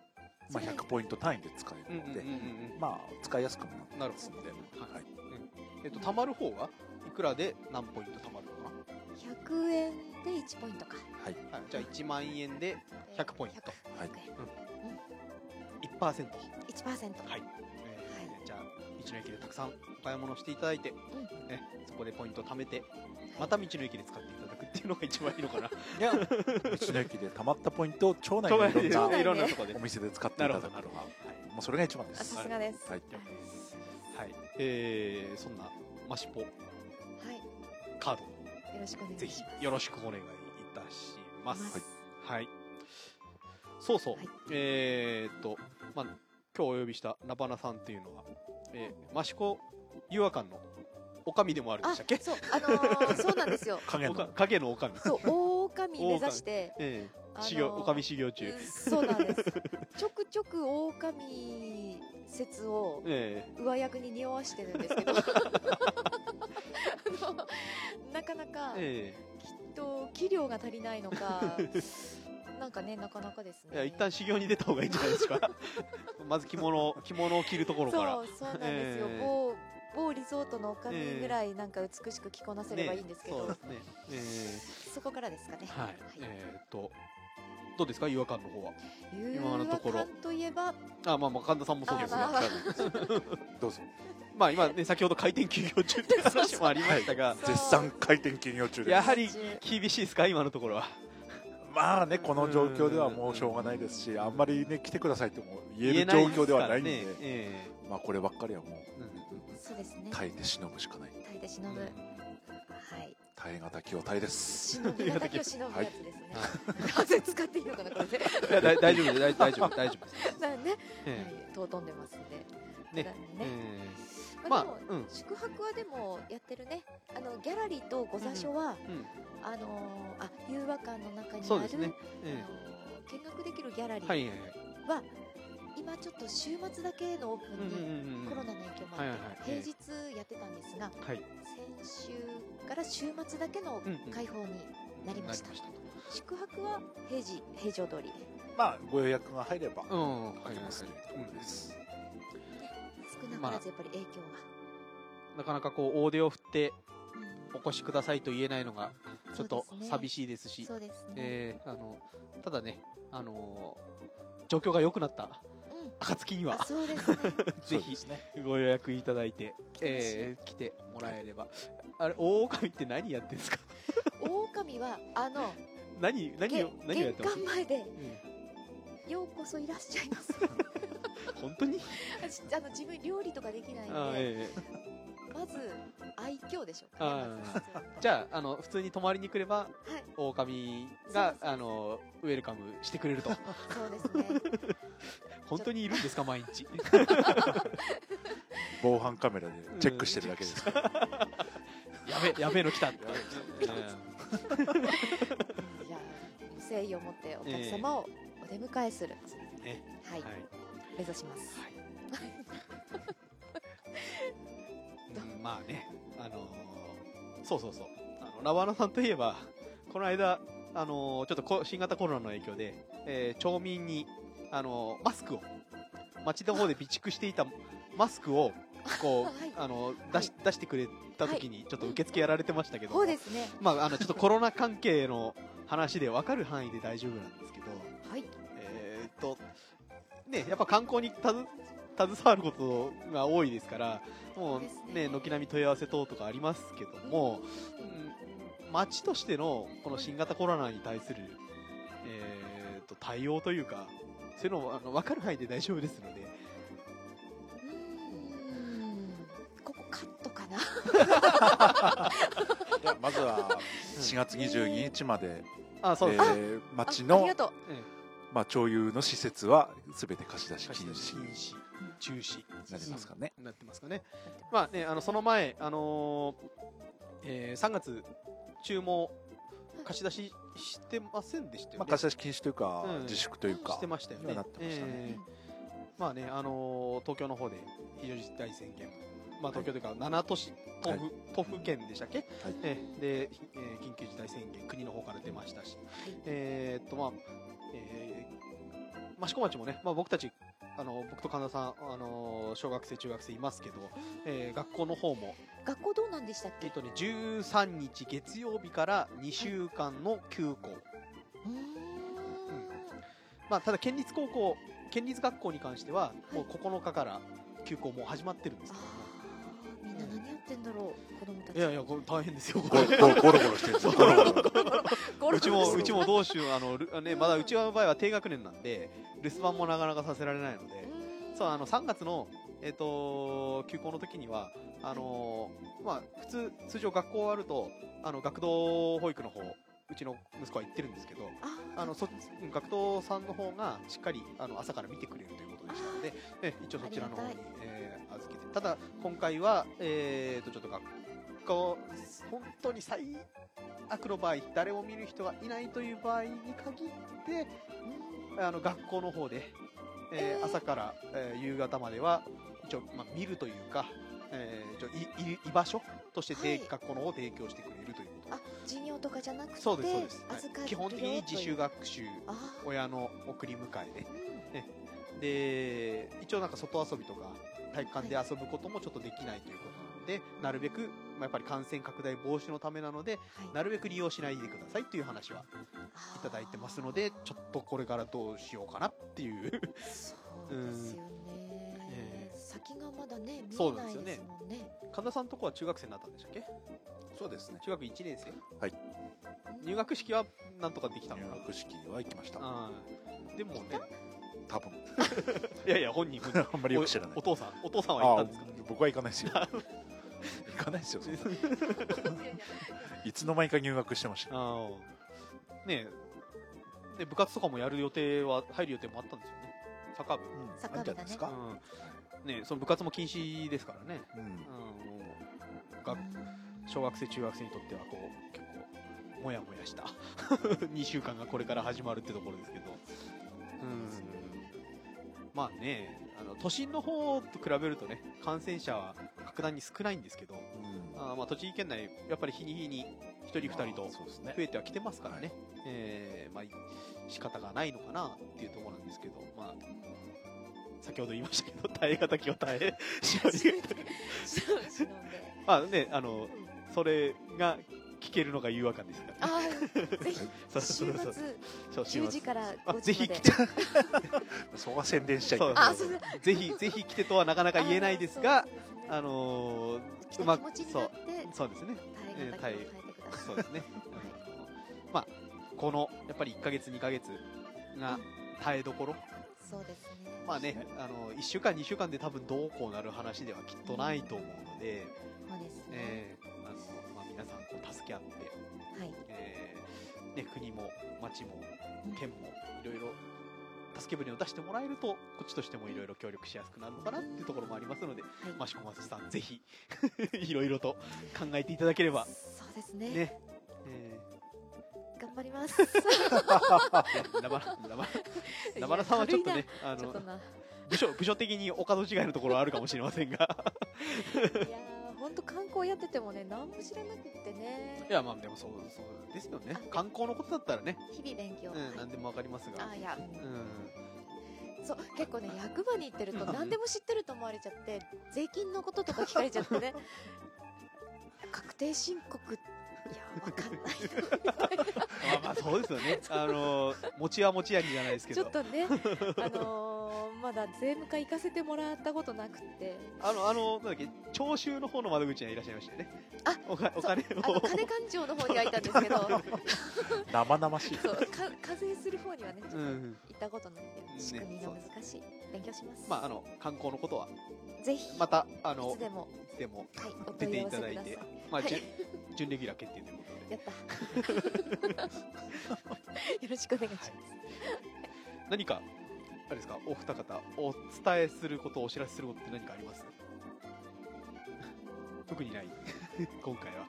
[SPEAKER 2] まあ、
[SPEAKER 3] それ
[SPEAKER 2] 100ポイント単位で使え
[SPEAKER 1] うん
[SPEAKER 2] る
[SPEAKER 1] うんうん
[SPEAKER 2] の
[SPEAKER 1] うん
[SPEAKER 2] で、
[SPEAKER 1] うん
[SPEAKER 2] まあ使いやすくもなってますので
[SPEAKER 1] なるほど
[SPEAKER 2] はい
[SPEAKER 1] えっと、貯まる方はいくらで何ポイント貯まるのか
[SPEAKER 3] 100円で1ポイントか
[SPEAKER 2] はい
[SPEAKER 1] な、はい、じゃあ1万円で
[SPEAKER 3] で
[SPEAKER 1] 100ポイント
[SPEAKER 3] 100
[SPEAKER 2] はい
[SPEAKER 3] 円
[SPEAKER 1] 1%はい、
[SPEAKER 3] 1%
[SPEAKER 1] はいえーじゃあ道の駅でたくさんお買い物していただいて、
[SPEAKER 3] ん
[SPEAKER 1] ね、そこでポイント貯めてまた道の駅で使っていただくっていうのが一番いいのか な
[SPEAKER 2] いや、道の駅でたまったポイントを町 内
[SPEAKER 1] 都
[SPEAKER 2] の
[SPEAKER 1] 内
[SPEAKER 2] いろん
[SPEAKER 1] で
[SPEAKER 3] 町内
[SPEAKER 2] な
[SPEAKER 1] ねいろんなとこで
[SPEAKER 2] お店で使って
[SPEAKER 1] な
[SPEAKER 2] いた
[SPEAKER 1] る
[SPEAKER 2] だ
[SPEAKER 1] ほ
[SPEAKER 2] く
[SPEAKER 1] ど
[SPEAKER 2] の
[SPEAKER 1] な
[SPEAKER 2] が、
[SPEAKER 1] るほど
[SPEAKER 2] もうそれが一番で
[SPEAKER 3] あ
[SPEAKER 2] す。
[SPEAKER 3] さすがです
[SPEAKER 2] はい、
[SPEAKER 1] 了解ですはいえー、そんなマシポ
[SPEAKER 3] はい
[SPEAKER 1] カー
[SPEAKER 3] よろしくお願
[SPEAKER 1] ド
[SPEAKER 3] い
[SPEAKER 1] ぜ
[SPEAKER 3] し
[SPEAKER 1] ひ
[SPEAKER 3] ます
[SPEAKER 1] よろしくお願いいたします
[SPEAKER 3] は
[SPEAKER 1] は
[SPEAKER 3] い
[SPEAKER 1] い。そうそう。
[SPEAKER 3] はい
[SPEAKER 1] えーっと、まあ、今日お呼びしたナバナさんというのは、えー、益子遊和館のおかみでもあるんで
[SPEAKER 3] あ
[SPEAKER 1] したっけ
[SPEAKER 3] そうあのーそうなんです よ
[SPEAKER 2] 影
[SPEAKER 1] おか
[SPEAKER 2] の
[SPEAKER 1] 影のおかみ。
[SPEAKER 3] そう大狼目指して
[SPEAKER 1] ええ
[SPEAKER 3] あのー
[SPEAKER 1] 修行、おかみ修行中。
[SPEAKER 3] そうなんですちょくちょく狼説を
[SPEAKER 1] ええ
[SPEAKER 3] 上役に匂わしてるんですけ どあのなかなかきっ
[SPEAKER 1] え
[SPEAKER 3] と器量が足りないの かなんかねなかなかです
[SPEAKER 1] えいや
[SPEAKER 3] ね
[SPEAKER 1] 一旦修行に出た方がいいんじゃないですか。 まず着物を、着物を着るところから。
[SPEAKER 3] そうそうなんですよ、
[SPEAKER 1] ええ
[SPEAKER 3] 某某リゾートの女将ぐらいなんか美しく着こなせればいいんですけど、
[SPEAKER 1] ねそうですね。え
[SPEAKER 3] そこからですかね
[SPEAKER 1] えはい。えーっと、どうですか違和感の方は今
[SPEAKER 3] 今
[SPEAKER 1] のところ
[SPEAKER 3] といえば
[SPEAKER 1] あまあまあ神田さんもそうです
[SPEAKER 3] あ
[SPEAKER 1] が
[SPEAKER 3] まあ
[SPEAKER 2] どうぞ
[SPEAKER 1] まあ今ね先ほど回転休業中って 話もありましたが
[SPEAKER 3] そう
[SPEAKER 2] 絶賛回転休業中で
[SPEAKER 1] やはり厳しいですか今のところは
[SPEAKER 2] まあねこの状況ではもうしょうがないですしあんまりね来てくださいとも言える状況ではないんで
[SPEAKER 1] 言えすからねえ
[SPEAKER 2] まあこればっかりはもう
[SPEAKER 1] え
[SPEAKER 3] そうですね
[SPEAKER 2] 耐えて忍ぶしかない
[SPEAKER 3] 耐えて忍ぶはい
[SPEAKER 2] 耐え難きを耐えです
[SPEAKER 3] 忍ぶ敵を忍ぶやつですね なぜ使っていいのかなこれで
[SPEAKER 1] いやだ 大丈夫です大大丈夫大丈 夫です、
[SPEAKER 3] なん でねは
[SPEAKER 1] え
[SPEAKER 3] い尊んでますんで
[SPEAKER 1] ねえ
[SPEAKER 3] 普段ね
[SPEAKER 1] え
[SPEAKER 3] ま
[SPEAKER 1] ま
[SPEAKER 3] あ
[SPEAKER 1] あ
[SPEAKER 3] でも
[SPEAKER 1] うん
[SPEAKER 3] 宿泊はでもやってるねあのギャラリーと御座所は
[SPEAKER 1] えうん
[SPEAKER 3] あのーあ遊和館の中に
[SPEAKER 1] そう
[SPEAKER 3] あ
[SPEAKER 1] ですね
[SPEAKER 3] る、あ
[SPEAKER 1] え
[SPEAKER 3] のー見学できるギャラリ
[SPEAKER 1] えは
[SPEAKER 3] ー
[SPEAKER 1] いはいはい
[SPEAKER 3] は今ちょっと週末だけのオープ
[SPEAKER 1] うんうん
[SPEAKER 3] ンに
[SPEAKER 1] うんうん
[SPEAKER 3] コロナの影響も
[SPEAKER 1] はいはい
[SPEAKER 3] あっ
[SPEAKER 1] はい
[SPEAKER 3] て平日やってたんですが
[SPEAKER 1] はい
[SPEAKER 3] 先週から週末だけの
[SPEAKER 1] うんうん
[SPEAKER 3] 開放になりました
[SPEAKER 1] なり
[SPEAKER 3] 宿泊は平時平常通りで
[SPEAKER 2] まあご予約が入れば
[SPEAKER 1] うんはいは
[SPEAKER 2] 開
[SPEAKER 1] い
[SPEAKER 2] け
[SPEAKER 1] は
[SPEAKER 2] ますというところ
[SPEAKER 1] い
[SPEAKER 2] です
[SPEAKER 3] 少なからずやっぱり影響は、
[SPEAKER 1] うんなかなかこう大手を振って
[SPEAKER 3] うん
[SPEAKER 1] お越しくださいと言えないのがちょっと寂
[SPEAKER 3] し
[SPEAKER 1] しいですし
[SPEAKER 3] そうですね、
[SPEAKER 1] えーあのただね、あのー状況が良くなった
[SPEAKER 3] うん
[SPEAKER 1] 暁に
[SPEAKER 3] あ
[SPEAKER 1] は
[SPEAKER 3] そうですね
[SPEAKER 1] ぜ
[SPEAKER 2] そうで
[SPEAKER 1] ひ
[SPEAKER 2] すね
[SPEAKER 1] ご予約いただいて、
[SPEAKER 3] 来てほしい
[SPEAKER 1] えー来てもらえれば、あれ狼って何やってんですか
[SPEAKER 3] 狼はあの
[SPEAKER 1] 何 何を
[SPEAKER 3] げ
[SPEAKER 1] 何をやっ
[SPEAKER 3] 玄
[SPEAKER 1] てます
[SPEAKER 3] 関前で
[SPEAKER 1] うん
[SPEAKER 3] 「ようこそいらっしゃいます」
[SPEAKER 1] 本当に
[SPEAKER 3] 私あの自分料理とかできないんで、
[SPEAKER 1] あー、ええ
[SPEAKER 3] まず愛嬌でしょうかね、まず必要なのは
[SPEAKER 1] じゃああの普通に泊まりに来れば
[SPEAKER 3] はい
[SPEAKER 1] 狼
[SPEAKER 3] そう
[SPEAKER 1] が
[SPEAKER 3] そうそう
[SPEAKER 1] あのウェルカムしてくれると
[SPEAKER 3] そうですね
[SPEAKER 1] 本当にいるんですか毎日
[SPEAKER 2] 防犯カメラでチェックしてるだけですから
[SPEAKER 1] やべやべえの来たって、
[SPEAKER 2] やべ
[SPEAKER 1] うん
[SPEAKER 3] いや誠意を持ってお客様をお出迎え する、
[SPEAKER 1] ね
[SPEAKER 3] はい、
[SPEAKER 1] はい
[SPEAKER 3] 目指します
[SPEAKER 1] うんまあね、あのーそうそうそう、あのラバーナさんといえば、この間、あのーちょっとこ新型コロナの影響で、えー町民に、あのーマスクを、町の方で備蓄していたマスクを、こう、
[SPEAKER 3] はい
[SPEAKER 1] あのー出し出してくれた時に、ちょっと受付やられてましたけど、
[SPEAKER 3] そうですね
[SPEAKER 1] まあ、あのちょっとコロナ関係の話で分かる範囲で大丈夫なんですけど、
[SPEAKER 3] はい
[SPEAKER 1] えーっと、ね、やっぱ観光にたず携わることが多いですから、もう
[SPEAKER 3] そうです
[SPEAKER 1] ね、
[SPEAKER 3] ね
[SPEAKER 1] 軒並み問い合わせ等とかありますけども、うん町としてのこの新型コロナに対する、えーっと、対応というか、そういうのをあの分かる範囲で大丈夫ですので、
[SPEAKER 3] うーんここカットかな
[SPEAKER 2] いやまずは4月22日まで、
[SPEAKER 1] あ、そう
[SPEAKER 2] え
[SPEAKER 1] ですね。
[SPEAKER 2] ー、
[SPEAKER 3] あ
[SPEAKER 2] 町
[SPEAKER 3] あ
[SPEAKER 2] の
[SPEAKER 3] りがとう
[SPEAKER 1] え
[SPEAKER 2] まあ、町有の施設は全て貸し出
[SPEAKER 1] え
[SPEAKER 2] し
[SPEAKER 1] 貸
[SPEAKER 2] 禁
[SPEAKER 1] し出し
[SPEAKER 2] 止
[SPEAKER 1] 禁
[SPEAKER 2] に
[SPEAKER 1] 止、中止
[SPEAKER 2] なりますからね、
[SPEAKER 1] なってますかね。まあね、あの、その前、あのーえー3月中も貸し出ししてませんでしたよね。
[SPEAKER 2] まあ、貸し出し禁止というか、
[SPEAKER 1] うん
[SPEAKER 2] 自粛というか
[SPEAKER 1] してましたよ
[SPEAKER 2] 今
[SPEAKER 1] ね。
[SPEAKER 2] なってましたね
[SPEAKER 1] ええまあね、あのー東京の方で非常事態宣言、まあ、東京というか7都市、都府,、
[SPEAKER 2] は
[SPEAKER 1] 都府県でしたっけ、
[SPEAKER 2] はい
[SPEAKER 1] ええで、ひええ緊急事態宣言、国の方から出ましたし、えーっと、まあ、えー益子町もね、まあ、僕たち、あの僕と神田さん、あのー小学生、中学生いますけど、えー学校の方も、
[SPEAKER 3] 学校どうなんでしたっ
[SPEAKER 1] えー
[SPEAKER 3] け
[SPEAKER 1] っとね、13日月曜日から2週間の休校、
[SPEAKER 3] うーん
[SPEAKER 1] まあ、ただ県立高校県立学校に関しては、
[SPEAKER 3] い
[SPEAKER 1] もう9日から休校もう始まってるんです
[SPEAKER 3] あ
[SPEAKER 1] け
[SPEAKER 3] ーみんな何やってんだろう子供たち
[SPEAKER 1] どいやいやこれ大変ですよ
[SPEAKER 2] ゴゴゴロゴロしてるんですよゴロゴロ
[SPEAKER 3] ゴル
[SPEAKER 1] う
[SPEAKER 3] フ
[SPEAKER 1] ち
[SPEAKER 3] で
[SPEAKER 1] も
[SPEAKER 3] す
[SPEAKER 1] うちもどうしようあのるあねまだうちの場合は低学年なんで留守番もなかなかさせられないの
[SPEAKER 3] う
[SPEAKER 1] で
[SPEAKER 3] ーん
[SPEAKER 1] そうあの3月のえっ、と休校の時にはあのまあ普通通常学校終わるとあの学童保育の方うちの息子は行ってるんですけど
[SPEAKER 3] あ
[SPEAKER 1] あのそうん学徒さんの方がしっかりあの朝から見てくれるということでしたので、え一応そちらの方
[SPEAKER 3] あ
[SPEAKER 1] に
[SPEAKER 3] りが、
[SPEAKER 1] えー預けて、ただ今回は、えー、とちょっと学校、本当に最悪の場合、誰も見る人がいないという場合に限って、あの学校の方で、えー
[SPEAKER 3] えー
[SPEAKER 1] 朝から、えー夕方までは、一応、まあ、見るというか、えー、一応いい居場所として提、
[SPEAKER 3] はい
[SPEAKER 1] 学校の方を提供してくれるということ
[SPEAKER 3] あ授業とかじゃなくて
[SPEAKER 1] そうですそうです、はい
[SPEAKER 3] 預かるよ
[SPEAKER 1] 基本的に自主
[SPEAKER 3] という
[SPEAKER 1] 学習
[SPEAKER 3] あー
[SPEAKER 1] 親の送り迎え
[SPEAKER 3] うん
[SPEAKER 1] でで一応なんか外遊びとか体育館で遊ぶこともちょっとできないということなのでなるべく、まあ、やっぱり感染拡大防止のためなので
[SPEAKER 3] はい
[SPEAKER 1] なるべく利用しないでくださいという話はいただいてますのでちょっとこれからどうしようかなっていう
[SPEAKER 3] あーそうですよね、
[SPEAKER 1] ええ
[SPEAKER 3] 先がまだね見
[SPEAKER 1] そ
[SPEAKER 3] え
[SPEAKER 1] うなんで
[SPEAKER 3] な
[SPEAKER 1] す
[SPEAKER 3] い
[SPEAKER 1] よね
[SPEAKER 3] ですもんね
[SPEAKER 1] 神田さんのとこは中学生になったんでしたっけ
[SPEAKER 2] そうですね
[SPEAKER 1] 中学1年生
[SPEAKER 2] はい
[SPEAKER 1] 入学式はなん とかできたの
[SPEAKER 2] 入
[SPEAKER 1] か
[SPEAKER 2] 学式には行きました
[SPEAKER 1] なうんでもね
[SPEAKER 2] 多分
[SPEAKER 1] いやいや本人本人
[SPEAKER 2] あんまりよく 知らない
[SPEAKER 1] おお父さんお父さんは行っ
[SPEAKER 2] あ
[SPEAKER 1] た
[SPEAKER 2] あ
[SPEAKER 1] んですか
[SPEAKER 2] 僕は行かないですよ行かないですよそんないつの間にか入学してましたよ
[SPEAKER 1] ああねえで部活とかもやる予定は入る予定もあったんですよねサッカー部、
[SPEAKER 2] うん
[SPEAKER 3] サッ
[SPEAKER 2] あ
[SPEAKER 3] カ
[SPEAKER 2] ん
[SPEAKER 3] ー部だね
[SPEAKER 2] じゃないですか、
[SPEAKER 1] うん、ねえその部活も禁止ですからね、
[SPEAKER 2] うん
[SPEAKER 1] うん、もうが小学生中学生にとってはこう結構もやもやした 2週間がこれから始まるってところですけどうんまあねあの都心の方と比べるとね感染者は格段に少ないんですけど
[SPEAKER 2] うん
[SPEAKER 1] あーまあ栃木県内やっぱり日に日に1人2人と
[SPEAKER 2] まあそうですね
[SPEAKER 1] 増えてはきてますからね、えーまあ、仕方がないのかなっていうところなんですけど、まあ、先ほど言いましたけど、 耐え難きを耐え、 しのぎが
[SPEAKER 3] そう忍んで
[SPEAKER 1] まあね、あ
[SPEAKER 3] う
[SPEAKER 1] の、
[SPEAKER 3] ん
[SPEAKER 1] それが聞けるのが誘惑感ですから、ね。
[SPEAKER 3] あーぜひ
[SPEAKER 1] そう
[SPEAKER 3] 週
[SPEAKER 1] そうそう
[SPEAKER 3] 末
[SPEAKER 1] そう週末
[SPEAKER 3] 10時から
[SPEAKER 1] あ
[SPEAKER 3] 5
[SPEAKER 1] ぜ
[SPEAKER 3] 時ま
[SPEAKER 1] ひ
[SPEAKER 3] で
[SPEAKER 1] 来て、
[SPEAKER 2] そこは宣伝しちゃいけ
[SPEAKER 1] そ
[SPEAKER 2] な
[SPEAKER 1] う
[SPEAKER 2] い
[SPEAKER 3] あそうだ
[SPEAKER 1] ぜひ、ぜひ来てとはなかなか言えないですが、あのー、う
[SPEAKER 3] うま
[SPEAKER 1] ま
[SPEAKER 3] く
[SPEAKER 1] く、
[SPEAKER 3] 気持ちに
[SPEAKER 1] そ
[SPEAKER 3] なっ
[SPEAKER 1] う
[SPEAKER 3] て、
[SPEAKER 1] そうですね。
[SPEAKER 3] 耐え方を変えてください
[SPEAKER 1] そうですね。あのまあ、この、やっぱり1ヶ月、2ヶ月が耐えどころ
[SPEAKER 3] そうですね
[SPEAKER 1] まあね、あの1週間、2週間で多分どうこうなる話ではきっとないと思うので、
[SPEAKER 3] そうですね、
[SPEAKER 1] えーあのまあ、皆さんこう助け合って、
[SPEAKER 3] はい
[SPEAKER 1] えーね、国も町も県もいろいろ助け舟を出してもらえるとこっちとしてもいろいろ協力しやすくなるのかなっていうところもありますので
[SPEAKER 3] はい、
[SPEAKER 1] 益子松さん、ぜひ いろいろと考えていただければ。
[SPEAKER 3] そうですね
[SPEAKER 1] ねえ
[SPEAKER 3] 頑張 りますちょ
[SPEAKER 1] ー、なばら、なばら、なばらさんはちょっ とね、あ
[SPEAKER 3] っ
[SPEAKER 1] の
[SPEAKER 3] と、な
[SPEAKER 1] 部署、部署的にお門違いのところはあるかもしれませんが。
[SPEAKER 3] いやー本当観光やっててもね何も知らなくってね
[SPEAKER 1] いやまあでもそうそうですよね
[SPEAKER 3] あ
[SPEAKER 1] 観光のことだったらね、
[SPEAKER 3] 日々勉強、
[SPEAKER 1] う
[SPEAKER 3] はい
[SPEAKER 1] ん、何でもわかりますが
[SPEAKER 3] あいや、
[SPEAKER 1] うん
[SPEAKER 3] そう結構ね役場に行ってると
[SPEAKER 1] うん
[SPEAKER 3] 何でも知ってると思われちゃって税金のこととか聞かれち ゃってね確定申告いやわかんない
[SPEAKER 1] あまあそうですよ ねあの餅は餅やりじゃないですけ
[SPEAKER 3] ちょっ
[SPEAKER 1] ど
[SPEAKER 3] とねあのーまだ税務課行かせてもらったことなく って
[SPEAKER 1] あのあのなんだっけ徴収の方の窓口にはいらっしゃいましたよね
[SPEAKER 3] あ
[SPEAKER 1] おかお金
[SPEAKER 3] あの
[SPEAKER 1] を
[SPEAKER 3] 金勘定の方にはいたんですけど
[SPEAKER 2] 生々しい
[SPEAKER 3] そうか課税する方にはねちょっと
[SPEAKER 1] う
[SPEAKER 3] 行
[SPEAKER 1] ん
[SPEAKER 3] ったことないんで、
[SPEAKER 1] ね
[SPEAKER 3] 仕組みが難しい勉強します、
[SPEAKER 1] まああの観光のことは
[SPEAKER 3] ぜひ
[SPEAKER 1] またあ
[SPEAKER 3] い
[SPEAKER 1] の
[SPEAKER 3] つでも、
[SPEAKER 1] いつでも
[SPEAKER 3] はい、お
[SPEAKER 1] 出
[SPEAKER 3] 問
[SPEAKER 1] て
[SPEAKER 3] い合
[SPEAKER 1] い
[SPEAKER 3] わせ
[SPEAKER 1] ただ
[SPEAKER 3] くだ
[SPEAKER 1] い
[SPEAKER 3] さい
[SPEAKER 1] てまあ、
[SPEAKER 3] はい
[SPEAKER 1] 準準レギュラー決定ということで
[SPEAKER 3] やった よろしくお願いします、
[SPEAKER 1] 何かあれですかお二方お伝えすることお知らせすることって何かあります 特にない今回は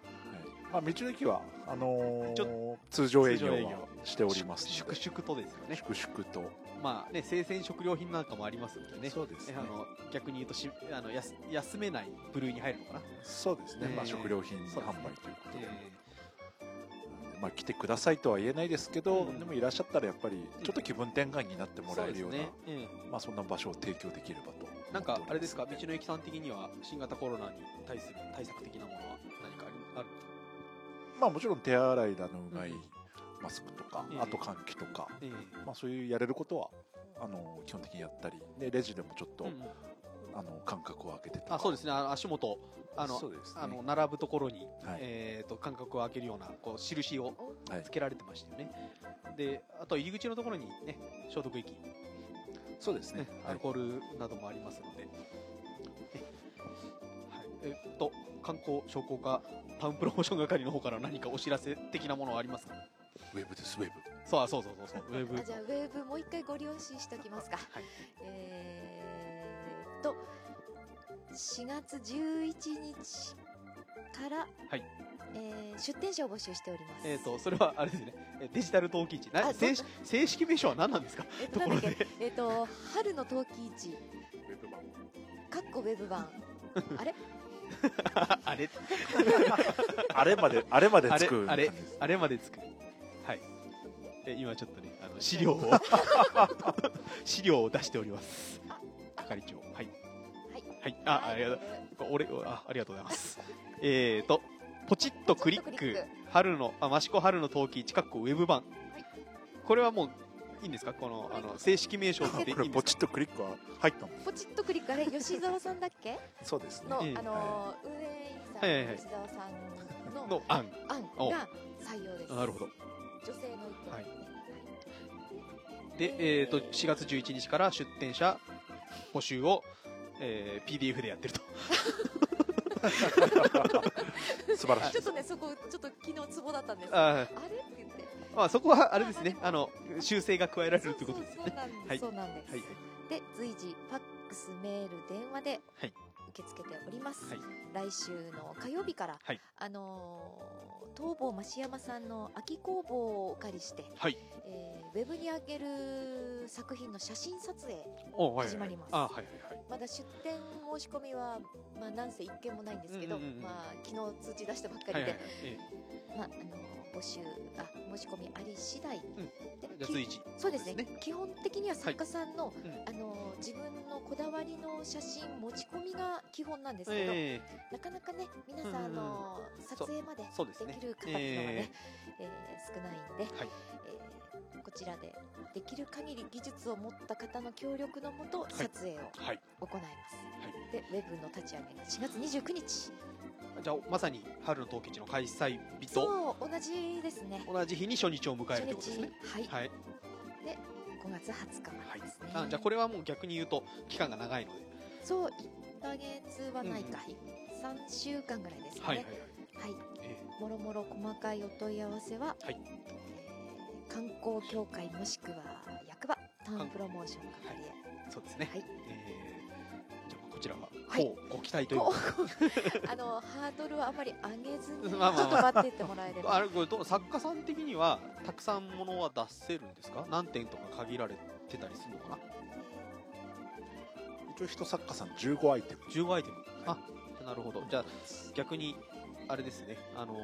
[SPEAKER 2] まあ、道の駅はあのー
[SPEAKER 1] ち
[SPEAKER 2] 通常営
[SPEAKER 1] 通
[SPEAKER 2] 業
[SPEAKER 1] 常営
[SPEAKER 2] は
[SPEAKER 1] 業
[SPEAKER 2] しておりますの
[SPEAKER 1] 粛
[SPEAKER 2] で
[SPEAKER 1] 々とですよね
[SPEAKER 2] 粛々と、
[SPEAKER 1] まあね生鮮食料品なんかもありますんでね
[SPEAKER 2] そうです
[SPEAKER 1] え
[SPEAKER 2] ね
[SPEAKER 1] あの逆に言うとしあのやす休めない部類に入るのかな、
[SPEAKER 2] そうですね、まあ、
[SPEAKER 1] えー
[SPEAKER 2] 食料品
[SPEAKER 1] そうです
[SPEAKER 2] 販
[SPEAKER 1] ね
[SPEAKER 2] 売ということで、
[SPEAKER 1] え
[SPEAKER 2] まあ、来てくださいとは言えないですけど、
[SPEAKER 1] うん
[SPEAKER 2] でもいらっしゃったらやっぱりちょっと気分転換になって
[SPEAKER 1] ー
[SPEAKER 2] もらえるような
[SPEAKER 1] そですね
[SPEAKER 2] まあ、そんな場所を提供できれば
[SPEAKER 1] え
[SPEAKER 2] と
[SPEAKER 1] ーなんかあれですか道
[SPEAKER 2] 道
[SPEAKER 1] の駅さん的には新型コロナに対する対策的なものは何かありある
[SPEAKER 2] まあもちろん手洗いだのうがい、
[SPEAKER 1] うん
[SPEAKER 2] マスクとか、
[SPEAKER 1] ええ
[SPEAKER 2] あと換気とか、
[SPEAKER 1] ええ
[SPEAKER 2] まあ、そういうやれることはあの基本的にやったりでレジでもちょっと、
[SPEAKER 1] うんうん
[SPEAKER 2] あの間隔を空けてとか
[SPEAKER 1] あそうですねあの足元あの
[SPEAKER 2] そうですね
[SPEAKER 1] あの並ぶところに、
[SPEAKER 2] はい
[SPEAKER 1] えー、と間隔を空けるようなこう印を
[SPEAKER 2] はい
[SPEAKER 1] つけられてましたよね、であと入り口のところに、ね、消毒液
[SPEAKER 2] そうですね
[SPEAKER 1] ね、ア
[SPEAKER 2] は
[SPEAKER 1] ル
[SPEAKER 2] い
[SPEAKER 1] コールなどもありますので、えはい、えっと観光商工課タウンプロモーション係の方から何かお知らせ的なものはありますか
[SPEAKER 2] ウェブですウェブ
[SPEAKER 1] そうあそうそうそうそうウェブ
[SPEAKER 3] あじゃあウェーブもう一回ご了承しておきますか、
[SPEAKER 1] はい
[SPEAKER 3] えーっと4月11日から、
[SPEAKER 1] はい
[SPEAKER 3] えー出店者を募集しております
[SPEAKER 1] えっとそれはあれですねえデジタル登記地な
[SPEAKER 3] あ
[SPEAKER 1] 正
[SPEAKER 3] そ
[SPEAKER 1] 正式名称は何なんですか
[SPEAKER 3] えっとなんだっけえっと春の陶器市
[SPEAKER 2] ウェブ版
[SPEAKER 3] かっこウェブ版あれ
[SPEAKER 1] あれ
[SPEAKER 2] あれ まであれまで
[SPEAKER 1] あ
[SPEAKER 2] つ
[SPEAKER 1] れ
[SPEAKER 2] く
[SPEAKER 1] あれ
[SPEAKER 2] 感じです
[SPEAKER 1] あれまでつくはいえ今ちょっとねあの資料 を資料を出しております係長はい
[SPEAKER 3] はい
[SPEAKER 1] はい、あ、ありがとう。俺、あ、ありがとうございます。えーと、ポチッとクリッ
[SPEAKER 3] ポチッとクリ
[SPEAKER 1] ク
[SPEAKER 3] ック、
[SPEAKER 1] 春の、あ、益子春の陶器、近くウェブ版。これはもう、いいんですかこの、あの、正式名称っていいん
[SPEAKER 2] これ
[SPEAKER 1] で
[SPEAKER 2] ポ
[SPEAKER 1] す
[SPEAKER 2] チ
[SPEAKER 1] か
[SPEAKER 2] ッとクリックは入ったの
[SPEAKER 3] ポチッとクリックあれ吉沢さんだっ け
[SPEAKER 2] そうですね
[SPEAKER 3] の、
[SPEAKER 1] ええ
[SPEAKER 3] あのー運営
[SPEAKER 1] はいはい
[SPEAKER 3] 員
[SPEAKER 1] は
[SPEAKER 3] さん
[SPEAKER 1] い
[SPEAKER 3] 吉沢さんの
[SPEAKER 1] の案。
[SPEAKER 3] 案が採用です
[SPEAKER 1] なるほど。
[SPEAKER 3] 女性の意見、
[SPEAKER 1] はい
[SPEAKER 3] ね
[SPEAKER 1] で、えーと、4月11日から出店者募集を、えー PDF でやってると。
[SPEAKER 2] 素晴らしい
[SPEAKER 3] ちょっとねそこちょっと昨日ツボだったんですあ
[SPEAKER 1] あー
[SPEAKER 3] れって言って
[SPEAKER 1] まあ、そこは、あれですね、あの、修正が加えられるということです
[SPEAKER 3] そう
[SPEAKER 1] ね。
[SPEAKER 3] そうそうなんです、
[SPEAKER 1] はい
[SPEAKER 3] そうなんです、
[SPEAKER 1] はいはい。
[SPEAKER 3] で随時ファックスメール電話で
[SPEAKER 1] はい
[SPEAKER 3] 受け付けております、
[SPEAKER 1] はい
[SPEAKER 3] 来週の火曜日から、
[SPEAKER 1] はい
[SPEAKER 3] あのー東坊増山さんの秋工房をお借りして、
[SPEAKER 1] はい
[SPEAKER 3] えーウェブに上げる作品の写真撮影
[SPEAKER 1] おはいはい
[SPEAKER 3] 始まります
[SPEAKER 1] あーはいはいはい。
[SPEAKER 3] まだ出店申し込みは、まあ、なんせ一件もないんですけど、
[SPEAKER 1] うんうんうんうん
[SPEAKER 3] まあ、昨日通知出したばっかりで、
[SPEAKER 1] はいはいはいえ
[SPEAKER 3] まあ、あの募集あ申し込みあり次第、で
[SPEAKER 1] ーじゃあ
[SPEAKER 3] き
[SPEAKER 1] 随時。
[SPEAKER 3] そうです
[SPEAKER 1] そ
[SPEAKER 3] ね
[SPEAKER 1] うです
[SPEAKER 3] 基本的には作家さんの,、
[SPEAKER 1] うん
[SPEAKER 3] あの自分のこだわりの写真持ち込みが基本なんですけど、
[SPEAKER 1] え
[SPEAKER 3] なかなかね皆さん、
[SPEAKER 1] うん
[SPEAKER 3] あ
[SPEAKER 1] うんうん
[SPEAKER 3] の撮影まで
[SPEAKER 1] そうですね
[SPEAKER 3] できる方っていうのがね、えー少ないんで、
[SPEAKER 1] はい
[SPEAKER 3] えーこちらでできる限り技術を持った方の協力のもと
[SPEAKER 1] い
[SPEAKER 3] 撮影を
[SPEAKER 1] ーはい。
[SPEAKER 3] 行います、でウェブの立ち上げが4月29日
[SPEAKER 1] じゃあまさに春の陶器市の開催日と
[SPEAKER 3] そう同じですね
[SPEAKER 1] 同じ日に初日を迎える
[SPEAKER 3] 初
[SPEAKER 1] ということです
[SPEAKER 3] 日
[SPEAKER 1] ね。
[SPEAKER 3] はい、
[SPEAKER 1] はい、
[SPEAKER 3] 5月20日までですね、
[SPEAKER 1] あじゃあこれはもう逆に言うと期間が長いので、
[SPEAKER 3] そう1ヶ月はないか、三3週間ぐらいですかね
[SPEAKER 1] はいはい
[SPEAKER 3] はい
[SPEAKER 1] え
[SPEAKER 3] もろもろ細かいお問い合わせは、
[SPEAKER 1] はい
[SPEAKER 3] えー観光協会もしくは役場ターンプロモーション係へ、
[SPEAKER 1] ーそうですね、
[SPEAKER 3] はい
[SPEAKER 1] えーじゃあこちらは、
[SPEAKER 3] はい
[SPEAKER 1] こうご期待という
[SPEAKER 3] こ
[SPEAKER 1] か
[SPEAKER 3] あのハードルはあまり上げずに
[SPEAKER 1] まあまあまあ
[SPEAKER 3] 頑張ってってもらえれば
[SPEAKER 1] あれこれどう作家さん的にはたくさんものは出せるんですか何点とか限られてたりするのかな
[SPEAKER 2] 一応一作家さん15アイテム
[SPEAKER 1] 15アイテムあなるほどじゃあ逆にあれですねあのー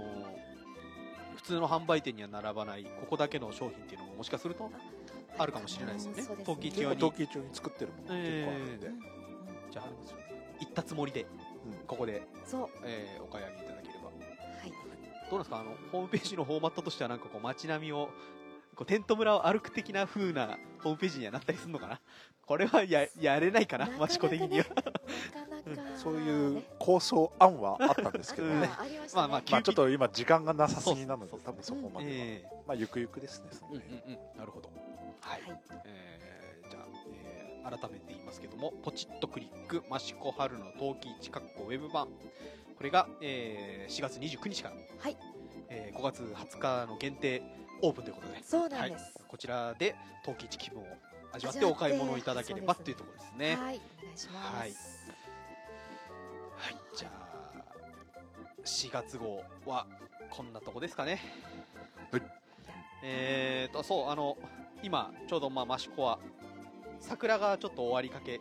[SPEAKER 1] 普通の販売店には並ばないここだけの商品っていうのももしかするとあるかもしれないですよね
[SPEAKER 3] そうです
[SPEAKER 1] 冬季一
[SPEAKER 2] 結
[SPEAKER 1] 応
[SPEAKER 2] 構
[SPEAKER 1] に
[SPEAKER 2] 陶器中に作ってるものが結構あるんで、
[SPEAKER 1] え
[SPEAKER 3] うん
[SPEAKER 1] じゃあありますよね行ったつもりで
[SPEAKER 2] うん
[SPEAKER 1] ここで、
[SPEAKER 3] そうは
[SPEAKER 1] えーお買い上げいただければ
[SPEAKER 3] い
[SPEAKER 1] どうなんですかあのホームページのフォーマットとしてはなんかこう街並みをこうテント村を歩く的な風なホームページにはなったりするのかなこれはややれないかな
[SPEAKER 3] なかなかね
[SPEAKER 1] マチコ的には
[SPEAKER 3] なかなか、
[SPEAKER 2] そういう
[SPEAKER 3] ね
[SPEAKER 2] 構想案はあったんですけど
[SPEAKER 1] うん
[SPEAKER 2] ね
[SPEAKER 3] あありまし
[SPEAKER 1] まあ
[SPEAKER 3] たね、
[SPEAKER 1] まあ
[SPEAKER 2] まあちょっと今時間がなさすぎなの
[SPEAKER 1] そ
[SPEAKER 2] で
[SPEAKER 1] う
[SPEAKER 2] 多分そこまでは、
[SPEAKER 1] え
[SPEAKER 2] まあゆくゆくですねそ
[SPEAKER 1] ーうんう
[SPEAKER 2] の
[SPEAKER 1] ん
[SPEAKER 2] 辺
[SPEAKER 1] うんなるほどはい
[SPEAKER 3] はい
[SPEAKER 1] えーじゃあ、えー改めて言いますけども、ポチッとクリック、マシコ春の陶器市かっこウェブ版。これが、えー4月29日から、
[SPEAKER 3] はい
[SPEAKER 1] えー5月20日の限定オープンということで、
[SPEAKER 3] そうなんです、
[SPEAKER 1] こちらで陶器市気分を味わって
[SPEAKER 3] 味わ
[SPEAKER 1] お
[SPEAKER 3] って
[SPEAKER 1] 買い物いただければ
[SPEAKER 3] そう
[SPEAKER 1] とい
[SPEAKER 3] ですね
[SPEAKER 1] うところです
[SPEAKER 3] は
[SPEAKER 1] ね。は
[SPEAKER 3] い、
[SPEAKER 1] い、
[SPEAKER 3] お願いします、
[SPEAKER 1] はいじゃあ、4月号はこんなとこですかね。
[SPEAKER 2] はい
[SPEAKER 1] えーと、そう、あの、今、ちょうど、まあ、マシコは、桜がちょっと終わりかけ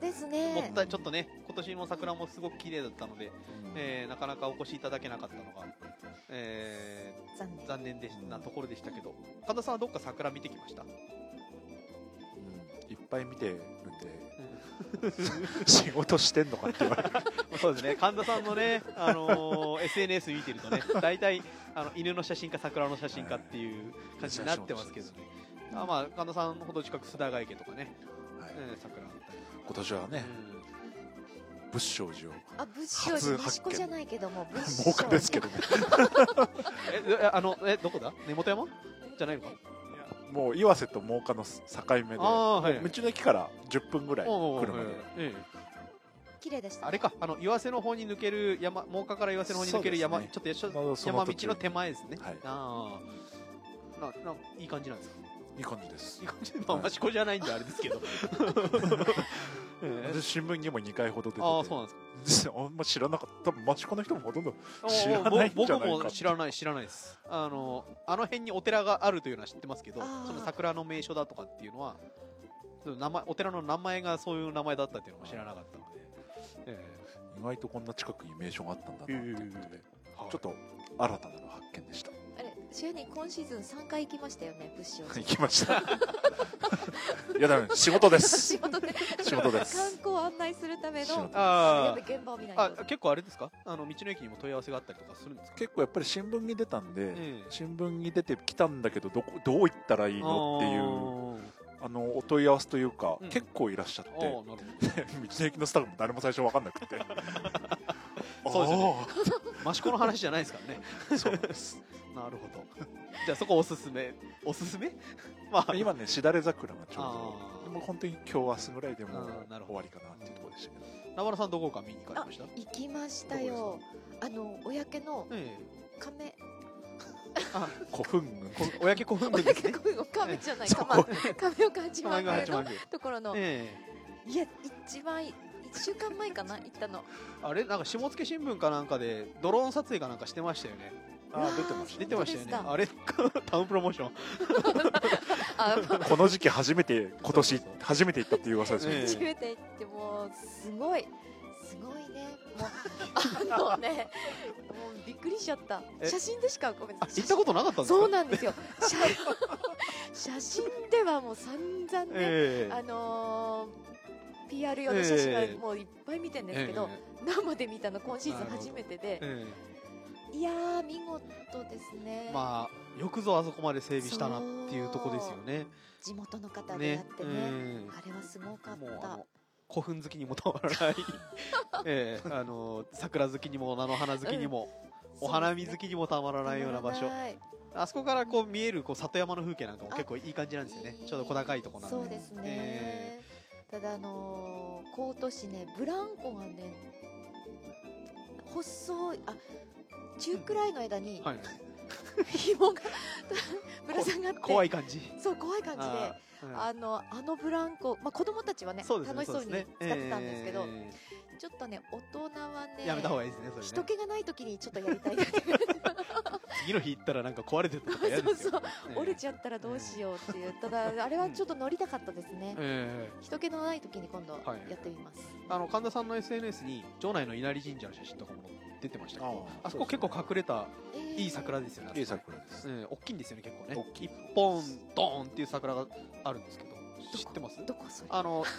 [SPEAKER 3] ですね
[SPEAKER 1] もったいちょっとね今年の桜もすごく綺麗だったので、
[SPEAKER 2] うん
[SPEAKER 1] えーなかなかお越しいただけなかったのが、え
[SPEAKER 3] 残念
[SPEAKER 1] ー残念でしなところでしたけど神田さんはどっか桜見てきました
[SPEAKER 2] うんいっぱい見てるんで仕事してんのかって言われる
[SPEAKER 1] そうですね神田さんのね、あのー SNS 見てるとね大体あの犬の写真か桜の写真かっていう感じになってますけどねあまあ神田さんほど近く須田ヶ池とかね、
[SPEAKER 2] はい
[SPEAKER 1] うん桜あったり
[SPEAKER 2] 今年はね仏性寺を
[SPEAKER 3] あ仏性寺
[SPEAKER 2] 初発見
[SPEAKER 3] 益子じゃないけ ども仏
[SPEAKER 2] 儲かですけどね
[SPEAKER 1] うんええあのえどこだ根本山じゃないのか
[SPEAKER 2] もう岩瀬と真岡の境目で道
[SPEAKER 1] ああーはいはい
[SPEAKER 2] の駅から10分ぐらい
[SPEAKER 1] おうおう
[SPEAKER 2] 車で
[SPEAKER 1] はいええ
[SPEAKER 3] 綺麗でした
[SPEAKER 1] あれか、あの、岩瀬の方に抜ける山、真岡から岩瀬の方に抜ける山、
[SPEAKER 2] そうです
[SPEAKER 1] ちょっとやちょ
[SPEAKER 2] なるほどその
[SPEAKER 1] 山
[SPEAKER 2] 途
[SPEAKER 1] 道
[SPEAKER 2] 中
[SPEAKER 1] の手前ですね。
[SPEAKER 2] はい
[SPEAKER 1] ああ。な、な、いい感じなんですか
[SPEAKER 2] いい感じです
[SPEAKER 1] いい感じ まあ、
[SPEAKER 2] はい
[SPEAKER 1] マシコじゃないんであれです けど。ええ
[SPEAKER 2] 私新聞にも2回ほど出てて
[SPEAKER 1] ああ、そうなんで
[SPEAKER 2] 実はあんま知らなかった多分町子の人もほとんど
[SPEAKER 1] すか。
[SPEAKER 2] 知らないん
[SPEAKER 1] ぼ
[SPEAKER 2] じゃないか
[SPEAKER 1] 僕も知らない、知らないです。あの、あの辺にお寺があるというのは知ってますけど
[SPEAKER 3] あー、
[SPEAKER 1] その桜の名所だとかっていうのは、その名前、お寺の名前がそういう名前だったっていうのも知らなかったので。え
[SPEAKER 2] 意外とこんな近くに名所があったんだなっていうことで、
[SPEAKER 1] えはい
[SPEAKER 2] ちょっと新たなる発見でした
[SPEAKER 3] あれちなみに今シーズン3回行きましたよね物資 を
[SPEAKER 2] 行きました いやダメ仕事です
[SPEAKER 3] 仕事で
[SPEAKER 2] 仕事です
[SPEAKER 3] 観光を案内するため
[SPEAKER 2] 仕
[SPEAKER 3] の
[SPEAKER 2] 事
[SPEAKER 3] や
[SPEAKER 1] あ
[SPEAKER 3] っぱ現場を見ない
[SPEAKER 1] あ
[SPEAKER 3] と
[SPEAKER 1] 結構あれですかあの道の駅にも問い合わせがあったりとかするんですか
[SPEAKER 2] 結構やっぱり新聞に出たんで、
[SPEAKER 1] ええ
[SPEAKER 2] 新聞に出てきたんだけどどこどう行ったらいいのっていう
[SPEAKER 1] う
[SPEAKER 2] あのお問い合わせというか、
[SPEAKER 1] うん
[SPEAKER 2] 結構いらっしゃって
[SPEAKER 1] あーなるほど
[SPEAKER 2] 道の駅のスタッフも誰も最初分かんなくて
[SPEAKER 1] そうですよね
[SPEAKER 2] あ
[SPEAKER 1] 益子の話じゃないですからね
[SPEAKER 2] ー そうなんです
[SPEAKER 1] なるほどじゃあそこおすすめおすすめまあ
[SPEAKER 2] 今ねしだれ桜がちょう
[SPEAKER 1] あー
[SPEAKER 2] どでも本当に今日明日ぐらいでも
[SPEAKER 1] あーなるほど
[SPEAKER 2] 終わりかなっていうところでしたけど
[SPEAKER 1] 生田さんどこか見に行かれました
[SPEAKER 3] 行きましたよあの親家の
[SPEAKER 1] え
[SPEAKER 3] 亀
[SPEAKER 1] えあ
[SPEAKER 2] 古墳群
[SPEAKER 1] こ親家古墳
[SPEAKER 3] 親
[SPEAKER 1] 群
[SPEAKER 3] 家
[SPEAKER 1] ですね
[SPEAKER 3] ごめんごめん亀じゃない
[SPEAKER 2] そう
[SPEAKER 3] 亀亀岡八
[SPEAKER 1] 前
[SPEAKER 3] 幡
[SPEAKER 1] が
[SPEAKER 3] 宮
[SPEAKER 1] 八
[SPEAKER 3] の
[SPEAKER 1] 幡宮
[SPEAKER 3] ところの
[SPEAKER 1] え
[SPEAKER 3] いや一番い一週間前かな行ったの
[SPEAKER 1] えあれなんか下野新聞かなんかでドローン撮影かなんかしてましたよね
[SPEAKER 2] あー出てまし
[SPEAKER 1] 出てましたよね
[SPEAKER 3] 本
[SPEAKER 1] あれ タウンプロモーション
[SPEAKER 3] あ
[SPEAKER 2] たこの時期初めて
[SPEAKER 1] そ
[SPEAKER 2] 今
[SPEAKER 1] う
[SPEAKER 2] 年
[SPEAKER 1] そうそう
[SPEAKER 2] 初めて行ったっていう噂ですよね、
[SPEAKER 1] ええ
[SPEAKER 3] 初めて行ってもうすごいすごいねもうあのねもうびっくりしちゃった
[SPEAKER 1] え
[SPEAKER 3] 写真でしかごめん
[SPEAKER 1] あ
[SPEAKER 3] なさ
[SPEAKER 1] 行
[SPEAKER 3] い
[SPEAKER 1] ったことなかったんですか
[SPEAKER 3] そうなんですよ写 写真ではもう散々ね、
[SPEAKER 1] ええ
[SPEAKER 3] あのー PR 用の写真
[SPEAKER 1] ええ
[SPEAKER 3] はもういっぱい見てんですけど、
[SPEAKER 1] え
[SPEAKER 3] 生で見たの今シーズン
[SPEAKER 1] なるほど
[SPEAKER 3] 初めてで、
[SPEAKER 1] ええ
[SPEAKER 3] いやー見事ですね、
[SPEAKER 1] えまあよくぞあそこまで整備したなっていうとこですよね
[SPEAKER 3] 地元の方でや
[SPEAKER 1] ね
[SPEAKER 3] ってね
[SPEAKER 1] ええ
[SPEAKER 3] あれはすごかっ
[SPEAKER 1] もう
[SPEAKER 3] た
[SPEAKER 1] あの古墳好きにもたまらない、 ええあの桜好きにも菜の花好きにも、お花見好きにもたまらないような場
[SPEAKER 3] た
[SPEAKER 1] 所
[SPEAKER 3] まらない
[SPEAKER 1] あそこからこう見えるこう里山の風景なんかも結構いい感じなんですよね
[SPEAKER 3] いい
[SPEAKER 1] ちょっと小高いとこなんで
[SPEAKER 3] そうですね、
[SPEAKER 1] え
[SPEAKER 3] ただあのー、京都市ねブランコがね細いあ中くらいの間に
[SPEAKER 1] はい、
[SPEAKER 3] 紐がぶら下がって
[SPEAKER 1] 怖い感じ
[SPEAKER 3] そう怖い感じで
[SPEAKER 1] あーうん
[SPEAKER 3] あのあのブランコ、まあ、子供たちはね
[SPEAKER 1] そうですね
[SPEAKER 3] 楽しそうに使ってたんですけど
[SPEAKER 1] そうですね
[SPEAKER 3] ちょっとね大人は
[SPEAKER 1] え
[SPEAKER 3] ね
[SPEAKER 1] えやめた方がいいですねそれ
[SPEAKER 3] 人
[SPEAKER 1] ね
[SPEAKER 3] 気がない時にちょっとやりたいなって
[SPEAKER 1] 次の日行ったらなんか壊れてた とか嫌ですよ
[SPEAKER 3] そう
[SPEAKER 1] ええ
[SPEAKER 3] 折れちゃったらどうしようっていうただあれはちょっと乗りたかったですね
[SPEAKER 1] ええ
[SPEAKER 3] 人気のない時に今度
[SPEAKER 1] はい
[SPEAKER 3] やってみます、
[SPEAKER 1] あの神田さんの SNS に城内の稲荷神社の写真とかも出てましたけど
[SPEAKER 2] あー
[SPEAKER 1] あそこ結構隠れた
[SPEAKER 3] えー
[SPEAKER 1] いい桜ですよねあそこ
[SPEAKER 2] いい桜です、
[SPEAKER 1] うん、大きいんですよね結構ね
[SPEAKER 2] 大きい
[SPEAKER 1] 一本ドーンっていう桜があるんですけど
[SPEAKER 3] ど
[SPEAKER 1] 知
[SPEAKER 3] こ
[SPEAKER 1] ってます
[SPEAKER 3] どこそれ
[SPEAKER 1] あの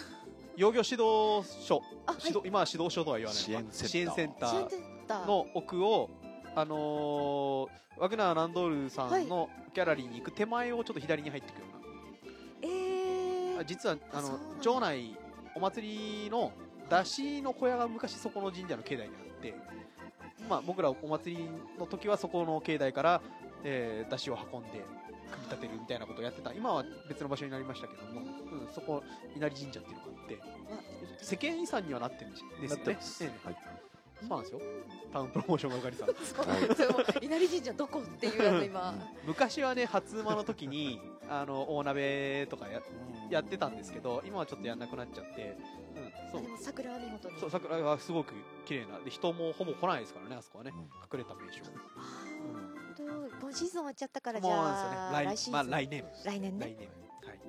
[SPEAKER 1] 養魚指導所
[SPEAKER 3] あはい
[SPEAKER 1] 指導今は指導所とは言わない
[SPEAKER 2] 支援センター
[SPEAKER 1] 支援センタ
[SPEAKER 3] 支援
[SPEAKER 1] ー
[SPEAKER 3] センター
[SPEAKER 1] の奥をあのーワグナー・ランドールさんのギャラリーに行く手前をちょっと左に入ってくるよ
[SPEAKER 3] え
[SPEAKER 1] うな、
[SPEAKER 3] ー
[SPEAKER 1] あ、実はあ
[SPEAKER 3] そう
[SPEAKER 1] の
[SPEAKER 3] なんだ
[SPEAKER 1] 城内お祭りの出しの小屋が昔そこの神社の境内にあって、まあ、僕らお祭りの時はそこの境内から、えー、出汁を運んで組み立てるみたいなことをやってた今は別の場所になりましたけども、うん、そこ稲荷神社っていうのがあって世間遺産にはなってるんですよね
[SPEAKER 2] なってます、
[SPEAKER 1] え
[SPEAKER 2] はい
[SPEAKER 1] えそうなんですよタウンプロモーション係さん
[SPEAKER 3] そう
[SPEAKER 2] はい
[SPEAKER 3] それも稲荷神社どこっていうの今
[SPEAKER 1] 昔はね初馬の時にあの大鍋とかややってたんですけど今はちょっとやんなくなっちゃって、うん、そう
[SPEAKER 3] でも桜は見事に
[SPEAKER 1] そう桜がすごく綺麗なで人もほぼ来ないですからねあそこはね
[SPEAKER 2] うん
[SPEAKER 1] 隠れた名所
[SPEAKER 3] あーなるほど今シーズン終わっちゃったからじ
[SPEAKER 1] もう
[SPEAKER 3] ゃあ
[SPEAKER 1] なん
[SPEAKER 3] 来
[SPEAKER 1] です
[SPEAKER 3] シ
[SPEAKER 1] よね来,、まあ、
[SPEAKER 3] ーズ
[SPEAKER 1] 来
[SPEAKER 3] ン
[SPEAKER 1] 年
[SPEAKER 3] 来年
[SPEAKER 1] 来
[SPEAKER 3] ね
[SPEAKER 1] 年はい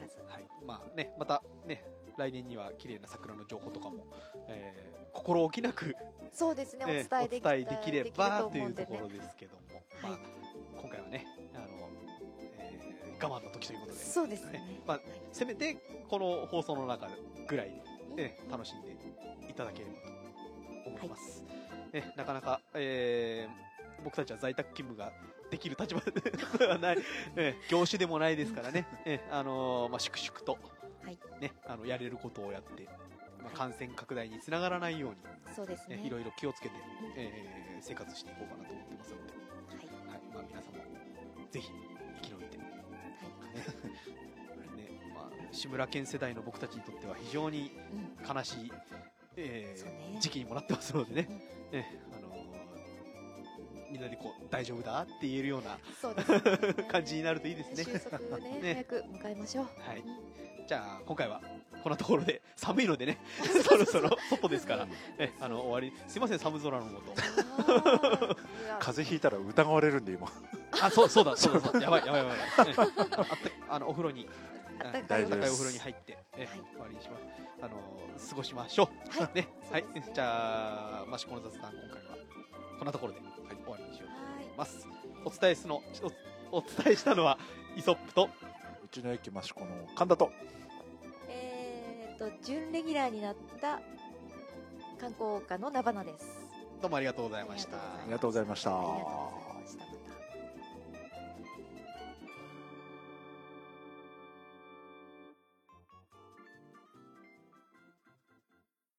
[SPEAKER 3] 必ず
[SPEAKER 1] はい、まあね、またね、来年には綺麗な桜の情報とかも、えー心置きなく、
[SPEAKER 3] そうですねお伝
[SPEAKER 1] えー
[SPEAKER 3] えでき
[SPEAKER 1] お伝えできればと
[SPEAKER 3] で
[SPEAKER 1] い
[SPEAKER 3] きる
[SPEAKER 1] う
[SPEAKER 3] と
[SPEAKER 1] と
[SPEAKER 3] 思
[SPEAKER 1] ころ
[SPEAKER 3] うんでね
[SPEAKER 1] ですけども、
[SPEAKER 3] はい
[SPEAKER 1] まあ、今回はね、あの、えー我慢の時ということで、
[SPEAKER 3] そうですね
[SPEAKER 1] ねまあせめてこの放送の中ぐらいで、ね、楽しんでいただければと思います。ね、なかなか、えー僕たちは在宅勤務ができる立場では ない、えー業種でもないですからね、えーあのーまあ、粛々と、
[SPEAKER 3] はい
[SPEAKER 1] ね、あのやれることをやって、まあ、感染拡大につながらないよう
[SPEAKER 3] そうです
[SPEAKER 1] に、
[SPEAKER 3] ね
[SPEAKER 1] ね、いろいろ気をつけて、えー生活していこうかなと思ってますので、
[SPEAKER 3] はい
[SPEAKER 1] はいまあ、皆さんもぜひ生き延びてねまあ、志村けん世代の僕たちにとっては非常に
[SPEAKER 3] はいうん
[SPEAKER 1] 悲しい、えー
[SPEAKER 3] そうね
[SPEAKER 1] 時期にもなってますのでね、ねあのーみんなでこう大丈夫だって言えるような
[SPEAKER 3] そうですね
[SPEAKER 1] 感じになるといい ですね。
[SPEAKER 3] 収束ね
[SPEAKER 1] ね
[SPEAKER 3] 早く迎えましょう
[SPEAKER 1] はい
[SPEAKER 3] うん、
[SPEAKER 1] じゃあ今回はこんなところで 寒いのでねそろそろ外ですから、えあの終わりすいません寒空のもと
[SPEAKER 3] あーいや
[SPEAKER 2] 風邪ひいたら疑われるんで今
[SPEAKER 1] あそうそうだそうだ そうだやばいやばいやばいえあったあのお風呂に
[SPEAKER 3] あったか
[SPEAKER 1] あ
[SPEAKER 3] い
[SPEAKER 1] っ
[SPEAKER 2] 大
[SPEAKER 1] たか
[SPEAKER 2] 丈夫
[SPEAKER 1] い
[SPEAKER 2] です
[SPEAKER 1] お風呂に入って、え
[SPEAKER 3] はい
[SPEAKER 1] 終わりにしまあのー過ごしましょう。
[SPEAKER 3] はい
[SPEAKER 1] ね、
[SPEAKER 3] そう
[SPEAKER 1] はい
[SPEAKER 3] ですね、
[SPEAKER 1] じゃあ、マシコの雑談、今回はこんなところで、はい、終わりにしようと思います。
[SPEAKER 3] はい
[SPEAKER 1] お伝えすのおお伝えしたのはイソップと
[SPEAKER 2] 道の駅益子の神田と
[SPEAKER 3] えーっと準レギュラーになった観光家のナバナです
[SPEAKER 1] どうもありがとうございました。
[SPEAKER 3] ありがとうございます
[SPEAKER 2] ありがとうございました
[SPEAKER 3] ありがとうございましたまた